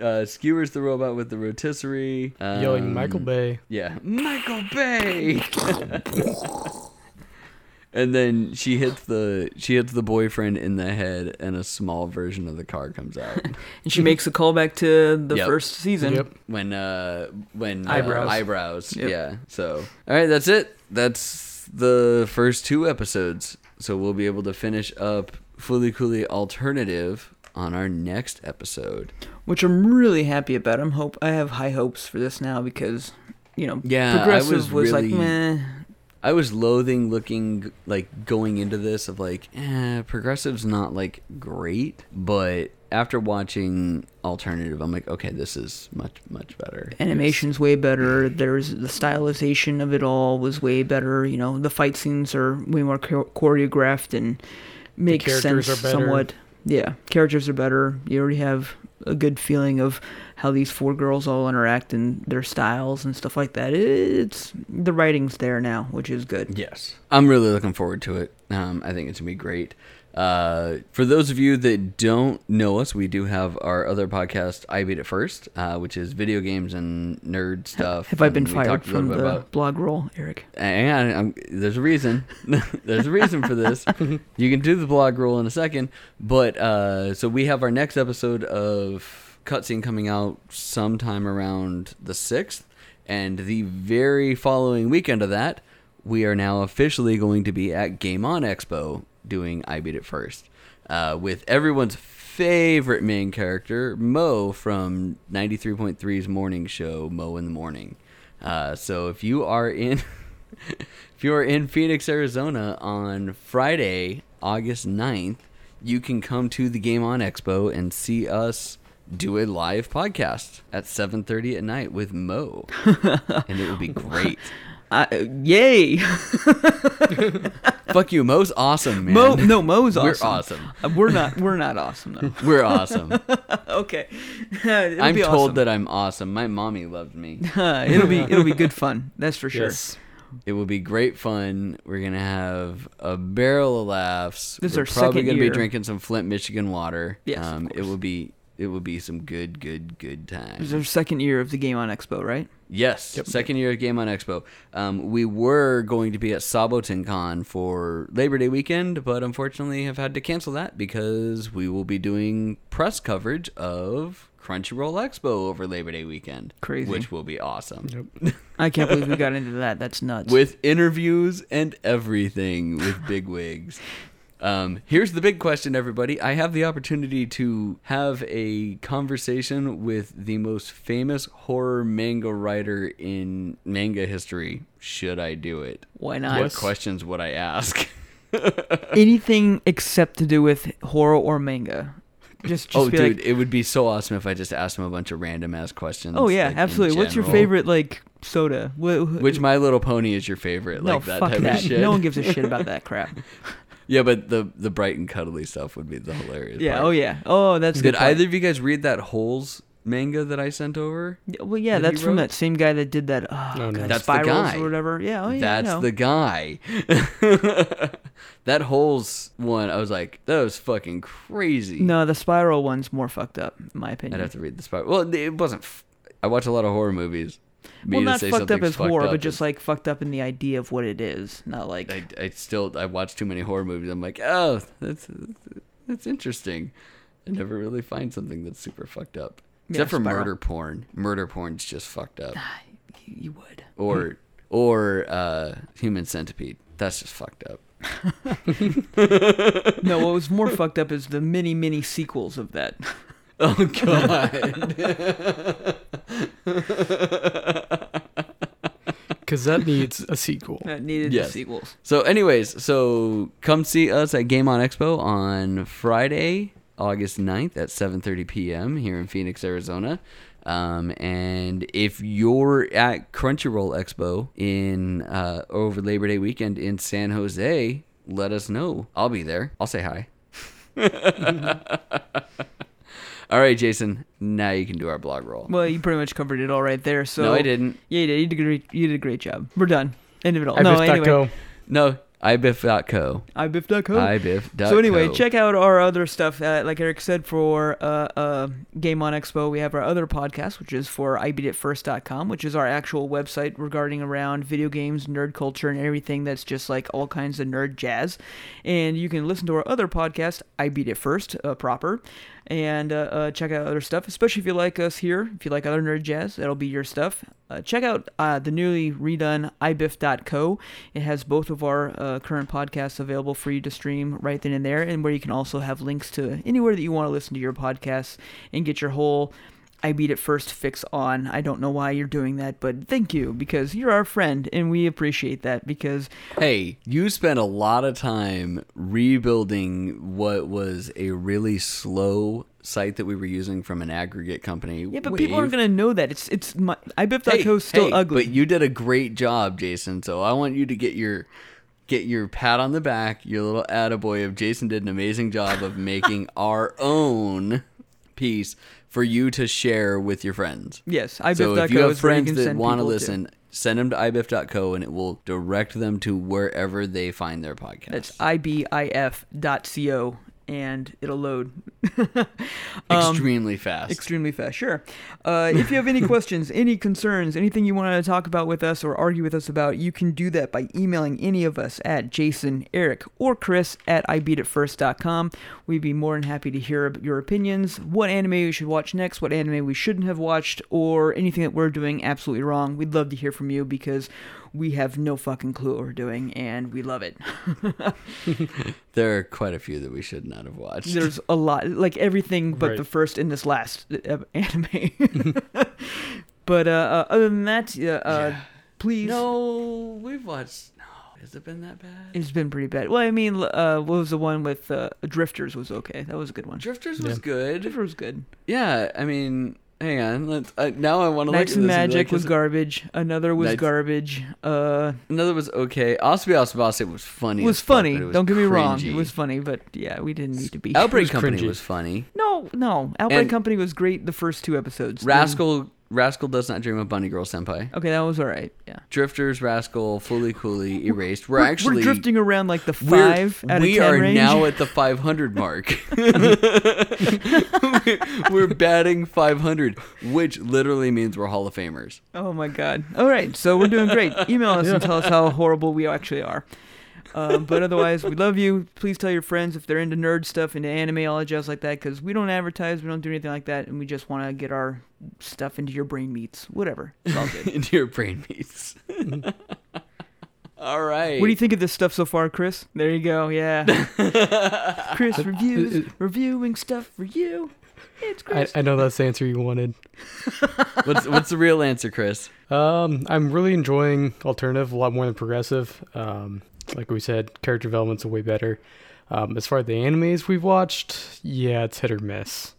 Speaker 1: Uh, skewers the robot with the rotisserie.
Speaker 4: Yelling Michael
Speaker 1: Um,
Speaker 4: Bay.
Speaker 1: Yeah. Michael Bay. and then she hits the she hits the boyfriend in the head and a small version of the car comes out.
Speaker 3: And she makes a callback to the
Speaker 1: Yep.
Speaker 3: first season.
Speaker 4: Yep.
Speaker 1: when uh when uh,
Speaker 3: Eyebrows.
Speaker 1: eyebrows.
Speaker 3: Yep.
Speaker 1: Yeah. So All right, that's it. That's the first two episodes. So we'll be able to finish up Fully Cooley Alternative on our next episode.
Speaker 3: which I'm really happy about. I'm hope I have high hopes for this now because you know
Speaker 1: Yeah, I
Speaker 3: progressive
Speaker 1: was
Speaker 3: was,
Speaker 1: really-
Speaker 3: like meh.
Speaker 1: I was loathing looking like going into this of like eh, progressive's not like great, but after watching alternative, I'm like okay, this is much much better.
Speaker 3: Animation's way better. There's the stylization of it all was way better. You know the fight scenes are way more cho- choreographed and make
Speaker 4: characters
Speaker 3: sense
Speaker 4: are better.
Speaker 3: somewhat. Yeah, characters are better. You already have a good feeling of how these four girls all interact and their styles and stuff like that. It's the writing's there now, which is good.
Speaker 1: Yes, I'm really looking forward to it. Um, I think it's gonna be great. Uh, for those of you that don't know us, we do have our other podcast, I Beat It First, uh, which is video games and nerd stuff.
Speaker 3: Have I been
Speaker 1: And we
Speaker 3: fired
Speaker 1: talked a little
Speaker 3: from the
Speaker 1: bit about-
Speaker 3: blog roll, Eric?
Speaker 1: and I'm, there's a reason. there's a reason for this. you can do the blog roll in a second, but uh, so we have our next episode of cutscene coming out sometime around the sixth, and the very following weekend of that, we are now officially going to be at Game On Expo doing I Beat It First uh, with everyone's favorite main character, Mo from 93.3's morning show, Mo in the Morning. Uh, so if you are in if you are in Phoenix, Arizona on Friday, August 9th, you can come to the Game On Expo and see us do a live podcast at 7:30 at night with Mo, and it would be great.
Speaker 3: I, uh, yay!
Speaker 1: Fuck you, Mo's awesome, man.
Speaker 3: Mo, no, Mo's
Speaker 1: We're
Speaker 3: awesome.
Speaker 1: awesome.
Speaker 3: Uh, We're not. We're not awesome though.
Speaker 1: We're awesome.
Speaker 3: okay. It'll
Speaker 1: I'm
Speaker 3: be
Speaker 1: told
Speaker 3: awesome.
Speaker 1: that I'm awesome. My mommy loved me.
Speaker 3: it'll be it'll be good fun. That's for sure.
Speaker 4: Yes.
Speaker 1: It will be great fun. We're gonna have a barrel of laughs.
Speaker 3: This is
Speaker 1: We're
Speaker 3: our
Speaker 1: probably
Speaker 3: second
Speaker 1: gonna
Speaker 3: year.
Speaker 1: be drinking some Flint, Michigan water. Um,
Speaker 3: Yes, of
Speaker 1: it
Speaker 3: course.
Speaker 1: will be. It will be some good, good, good
Speaker 3: This
Speaker 1: times.
Speaker 3: is our second year of the Game On Expo, right?
Speaker 1: Yes, second year of Game On Expo. Um, we were going to be at Sabotin Con for Labor Day weekend, but unfortunately have had to cancel that because we will be doing press coverage of Crunchyroll Expo over Labor Day weekend.
Speaker 3: Crazy.
Speaker 1: Which will be awesome.
Speaker 3: I can't believe we got into that. That's nuts.
Speaker 1: With interviews and everything with big wigs. Um, here's the big question, everybody. I have the opportunity to have a conversation with the most famous horror manga writer in manga history. Should I do it?
Speaker 3: Why
Speaker 1: What
Speaker 3: not?
Speaker 1: questions would I ask?
Speaker 3: Anything except to do with horror or manga. Just, just
Speaker 1: oh,
Speaker 3: be
Speaker 1: dude,
Speaker 3: like,
Speaker 1: it would be so awesome if I just asked him a bunch of random ass questions.
Speaker 3: oh yeah,
Speaker 1: like, in
Speaker 3: absolutely. What's your
Speaker 1: general.
Speaker 3: favorite like soda? Wh- wh-
Speaker 1: Which My Little Pony is your favorite?
Speaker 3: no,
Speaker 1: like that
Speaker 3: fuck
Speaker 1: type
Speaker 3: that.
Speaker 1: of shit.
Speaker 3: No one gives a shit about that crap.
Speaker 1: yeah, but the the bright and cuddly stuff would be the hilarious.
Speaker 3: Yeah.
Speaker 1: part.
Speaker 3: Oh yeah. Oh, that's a
Speaker 1: Did
Speaker 3: good. point.
Speaker 1: either of you guys read that Holes manga that I sent over?
Speaker 3: Yeah, Well, yeah,
Speaker 1: that he
Speaker 3: that's from
Speaker 1: wrote?
Speaker 3: that same guy that did that. Oh,
Speaker 4: no.
Speaker 3: God,
Speaker 1: That's the
Speaker 3: spirals
Speaker 1: guy.
Speaker 3: or whatever. Yeah. Oh yeah. I
Speaker 1: That's
Speaker 3: know.
Speaker 1: the guy. that Holes one, I was like, that was fucking crazy.
Speaker 3: No, the spiral one's more fucked up, in my opinion.
Speaker 1: I'd have to read the spot. Well, it wasn't. F- I watch a lot of horror movies. Me
Speaker 3: well,
Speaker 1: to
Speaker 3: not
Speaker 1: say
Speaker 3: fucked up
Speaker 1: something's
Speaker 3: as horror,
Speaker 1: up
Speaker 3: but just
Speaker 1: is-
Speaker 3: like fucked up in the idea of what it is. Not like
Speaker 1: I, I still I watch too many horror movies. I'm like, oh, that's that's interesting. I never really find something that's super fucked up,
Speaker 3: Yeah,
Speaker 1: except for
Speaker 3: Spiral.
Speaker 1: murder porn. Murder porn's just fucked up.
Speaker 3: you would.
Speaker 1: or or uh, human centipede. That's just fucked up.
Speaker 3: No, what was more fucked up is the many, many sequels of that.
Speaker 1: Oh god.
Speaker 4: Because that needs a sequel.
Speaker 3: that needed
Speaker 1: Yes.
Speaker 3: the sequels.
Speaker 1: so, anyways, so come see us at Game On Expo on Friday, August 9th at 7:30 p.m. here in Phoenix, Arizona. Um, and if you're at Crunchyroll Expo in uh, over Labor Day weekend in San Jose, let us know. I'll be there. I'll say hi. All right, Jason. Now you can do our blog roll.
Speaker 3: Well, you pretty much covered it all right there. So
Speaker 1: no, I didn't.
Speaker 3: Yeah, you did. You did a great, you did a great job. We're done. End of it all.
Speaker 4: I
Speaker 3: no,
Speaker 4: biff dot
Speaker 3: anyway.
Speaker 4: co.
Speaker 1: No, ibiff.co.
Speaker 3: ibiff.co.
Speaker 1: ibiff.co.
Speaker 3: So anyway, check out our other stuff. Uh, like Eric said, for uh, uh, Game On Expo, we have our other podcast, which is for ibeatitfirst.com, which is our actual website regarding around video games, nerd culture, and everything that's just like all kinds of nerd jazz. And you can listen to our other podcast, I Beat It First, uh, proper, and uh, uh, check out other stuff, especially if you like us here. If you like other nerd jazz, that'll be your stuff. Uh, check out uh, the newly redone ibiff.co. It has both of our uh, current podcasts available for you to stream right then and there, and where you can also have links to anywhere that you want to listen to your podcasts and get your whole I beat it first fix on. I don't know why you're doing that, but thank you because you're our friend and we appreciate that because
Speaker 1: Hey, you spent a lot of time rebuilding what was a really slow site that we were using from an aggregate company.
Speaker 3: yeah, but people
Speaker 1: Wave.
Speaker 3: aren't gonna know that it's it's my ibiff.co
Speaker 1: Hey,
Speaker 3: is still
Speaker 1: hey,
Speaker 3: ugly.
Speaker 1: But you did a great job, Jason. So I want you to get your get your pat on the back, your little attaboy of Jason did an amazing job of making our own piece for you to share with your friends.
Speaker 3: yes, ibiff.co
Speaker 1: So if you have
Speaker 3: is where you
Speaker 1: friends
Speaker 3: can
Speaker 1: that
Speaker 3: send
Speaker 1: want to
Speaker 3: people
Speaker 1: listen, send them to ibiff.co and it will direct them to wherever they find their podcast.
Speaker 3: That's ibif.co and it'll load um,
Speaker 1: extremely fast.
Speaker 3: extremely fast. Sure. Uh, if you have any questions, any concerns, anything you want to talk about with us or argue with us about, you can do that by emailing any of us at Jason, Eric, or Chris at ibeatitfirst.com. We'd be more than happy to hear ab- your opinions, what anime we should watch next, what anime we shouldn't have watched, or anything that we're doing absolutely wrong. We'd love to hear from you because we have no fucking clue what we're doing and we love it.
Speaker 1: there are quite a few that we should not have watched.
Speaker 3: There's a lot, like everything but
Speaker 4: Right.
Speaker 3: the first and this last uh, anime. but uh, uh, other than that, uh, uh, please.
Speaker 1: no, we've watched. No, Has it been that bad?
Speaker 3: It's been pretty bad. Well, I mean, l- uh, what was the one with uh, Drifters was okay. That was a good one.
Speaker 1: Drifters was
Speaker 4: Yeah.
Speaker 1: good.
Speaker 3: Drifters was good.
Speaker 1: Yeah, I mean, hang on. Let's, I, now I want to look at
Speaker 3: Knights
Speaker 1: this.
Speaker 3: and
Speaker 1: and be
Speaker 3: Magic
Speaker 1: like,
Speaker 3: was
Speaker 1: is-
Speaker 3: garbage. Another was
Speaker 1: Knights-
Speaker 3: garbage. Uh,
Speaker 1: Another was okay. Osby Osbase was funny.
Speaker 3: it was
Speaker 1: as fuck,
Speaker 3: funny.
Speaker 1: but it was
Speaker 3: Don't get me wrong. It
Speaker 1: cringy.
Speaker 3: was funny, but yeah, we didn't need to be.
Speaker 4: It
Speaker 1: Outbreak
Speaker 4: was
Speaker 1: Company
Speaker 4: cringy.
Speaker 1: was funny.
Speaker 3: No, no. Outbreak
Speaker 1: And-
Speaker 3: Company was great the first two episodes. Then-
Speaker 1: Rascal Rascal does not dream of Bunny Girl Senpai.
Speaker 3: Okay, that was all right. Yeah.
Speaker 1: Drifters, Rascal, Fully Cooley, Erased. We're,
Speaker 3: We're,
Speaker 1: actually
Speaker 3: we're drifting around like the
Speaker 1: we're-
Speaker 3: 5 out
Speaker 1: we
Speaker 3: of 10
Speaker 1: are
Speaker 3: range.
Speaker 1: now at the 500 mark. we're batting 500, which literally means we're Hall of Famers.
Speaker 3: Oh my god. All right, so we're doing great. Email us and tell us how horrible we actually are. Um, but otherwise, we love you. Please tell your friends if they're into nerd stuff, into anime, all that jazz like that, because we don't advertise, we don't do anything like that, and we just want to get our stuff into your brain meats, whatever. It's all good.
Speaker 1: Into your brain meats. All right.
Speaker 3: what do you think of this stuff so far, Chris? There you go. Yeah. Uh, Chris reviews, reviewing stuff for you. It's
Speaker 4: I,
Speaker 3: Chris.
Speaker 4: I know that's the answer you wanted.
Speaker 1: what's, what's the real answer, Chris?
Speaker 4: Um, I'm really enjoying alternative a lot more than progressive. Um, like we said, character development's way better. Um, as far as the animes we've watched, yeah, it's hit or miss.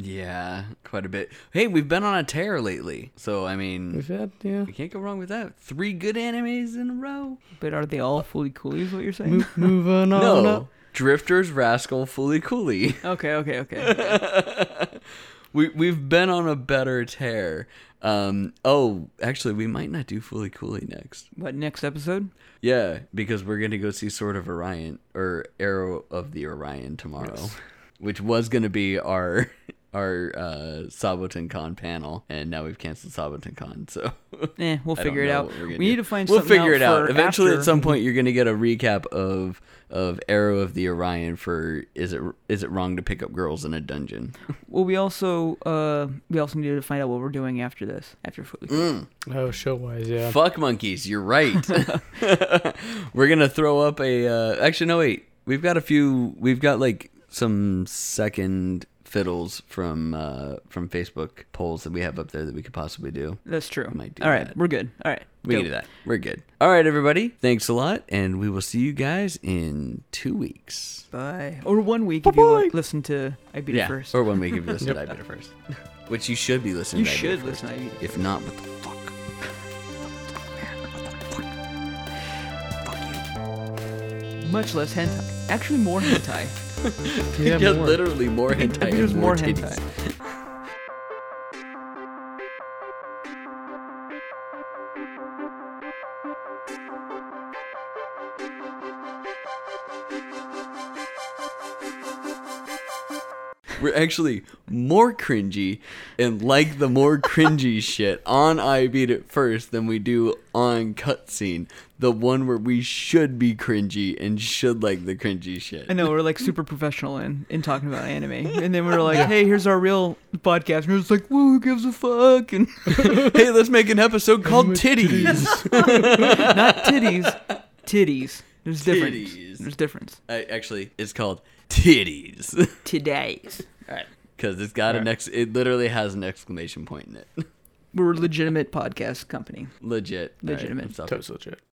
Speaker 1: Yeah, quite a bit. Hey, we've been on a tear lately. So, I mean,
Speaker 4: We've had, yeah.
Speaker 1: we can't go wrong with that. Three good animes in a row.
Speaker 3: but are they all fully cool? Is what you're saying?
Speaker 4: Mo- moving on.
Speaker 1: no.
Speaker 4: up.
Speaker 1: Drifters, Rascal, Fully Cooley.
Speaker 3: Okay, okay, okay.
Speaker 1: we we've been on a better tear. Um, oh, actually, we might not do Fully Cooley next.
Speaker 3: what next episode?
Speaker 1: Yeah, because we're gonna go see Sword of Orion or Arrow of the Orion tomorrow, which was gonna be our our uh, Sabaton Con panel, and now we've canceled Sabaton Con. So
Speaker 3: Eh, we'll
Speaker 1: I don't
Speaker 3: figure it
Speaker 1: know
Speaker 3: out.
Speaker 1: what we're
Speaker 3: We
Speaker 1: gonna
Speaker 3: need
Speaker 1: do.
Speaker 3: to find.
Speaker 1: We'll
Speaker 3: something
Speaker 1: figure it out.
Speaker 3: for
Speaker 1: Eventually,
Speaker 3: after.
Speaker 1: at some point, you're gonna get a recap of of Arrow of the Orion for is it is it wrong to pick up girls in a dungeon?
Speaker 3: Well, we also uh, we also need to find out what we're doing after this. After fully,
Speaker 1: Mm.
Speaker 4: Oh, show wise, yeah.
Speaker 1: Fuck monkeys, you're right. We're gonna throw up a. Uh, actually, no, wait. We've got a few. We've got like some second fiddles from uh, from Facebook polls that we have up there that we could possibly do.
Speaker 3: that's true.
Speaker 1: might do
Speaker 3: All right,
Speaker 1: that.
Speaker 3: we're good. All right,
Speaker 1: We
Speaker 3: dope.
Speaker 1: can do that. We're good. All right, everybody. Thanks a lot, and we will see you guys in two weeks.
Speaker 3: Bye. Or one week if you li-
Speaker 4: Bye-bye.
Speaker 3: listen to I beat it first.
Speaker 1: or when we give you listen to I Beat It First, which you should be listening.
Speaker 3: you
Speaker 1: to I Beat It
Speaker 3: should
Speaker 1: First.
Speaker 3: listen. To I beat it.
Speaker 1: If not, what the fuck?
Speaker 3: Much less hentai. Actually, more hentai.
Speaker 4: Yeah,
Speaker 1: Yeah,
Speaker 4: more.
Speaker 1: literally more hentai. and
Speaker 3: There's more
Speaker 1: titties.
Speaker 3: hentai.
Speaker 1: We're actually more cringy and like the more cringy shit on I Beat It First than we do on Cutscene, the one where we should be cringy and should like the cringy shit.
Speaker 3: I know we're like super professional in, in talking about anime, and then we're like, "Hey, here's our real podcast." And we're just like, "Woo, who gives a fuck?" And
Speaker 1: hey, let's make an episode called Titties.
Speaker 3: not titties, titties. There's
Speaker 1: Titties.
Speaker 3: difference. There's difference.
Speaker 1: I, actually, it's called Titties
Speaker 3: Today's. All right.
Speaker 1: because it's got an ex. It literally has an exclamation point in it.
Speaker 3: We're a legitimate podcast company.
Speaker 1: Legit. All right,
Speaker 3: Legitimate.
Speaker 1: I'm stopping.
Speaker 4: Toast legit.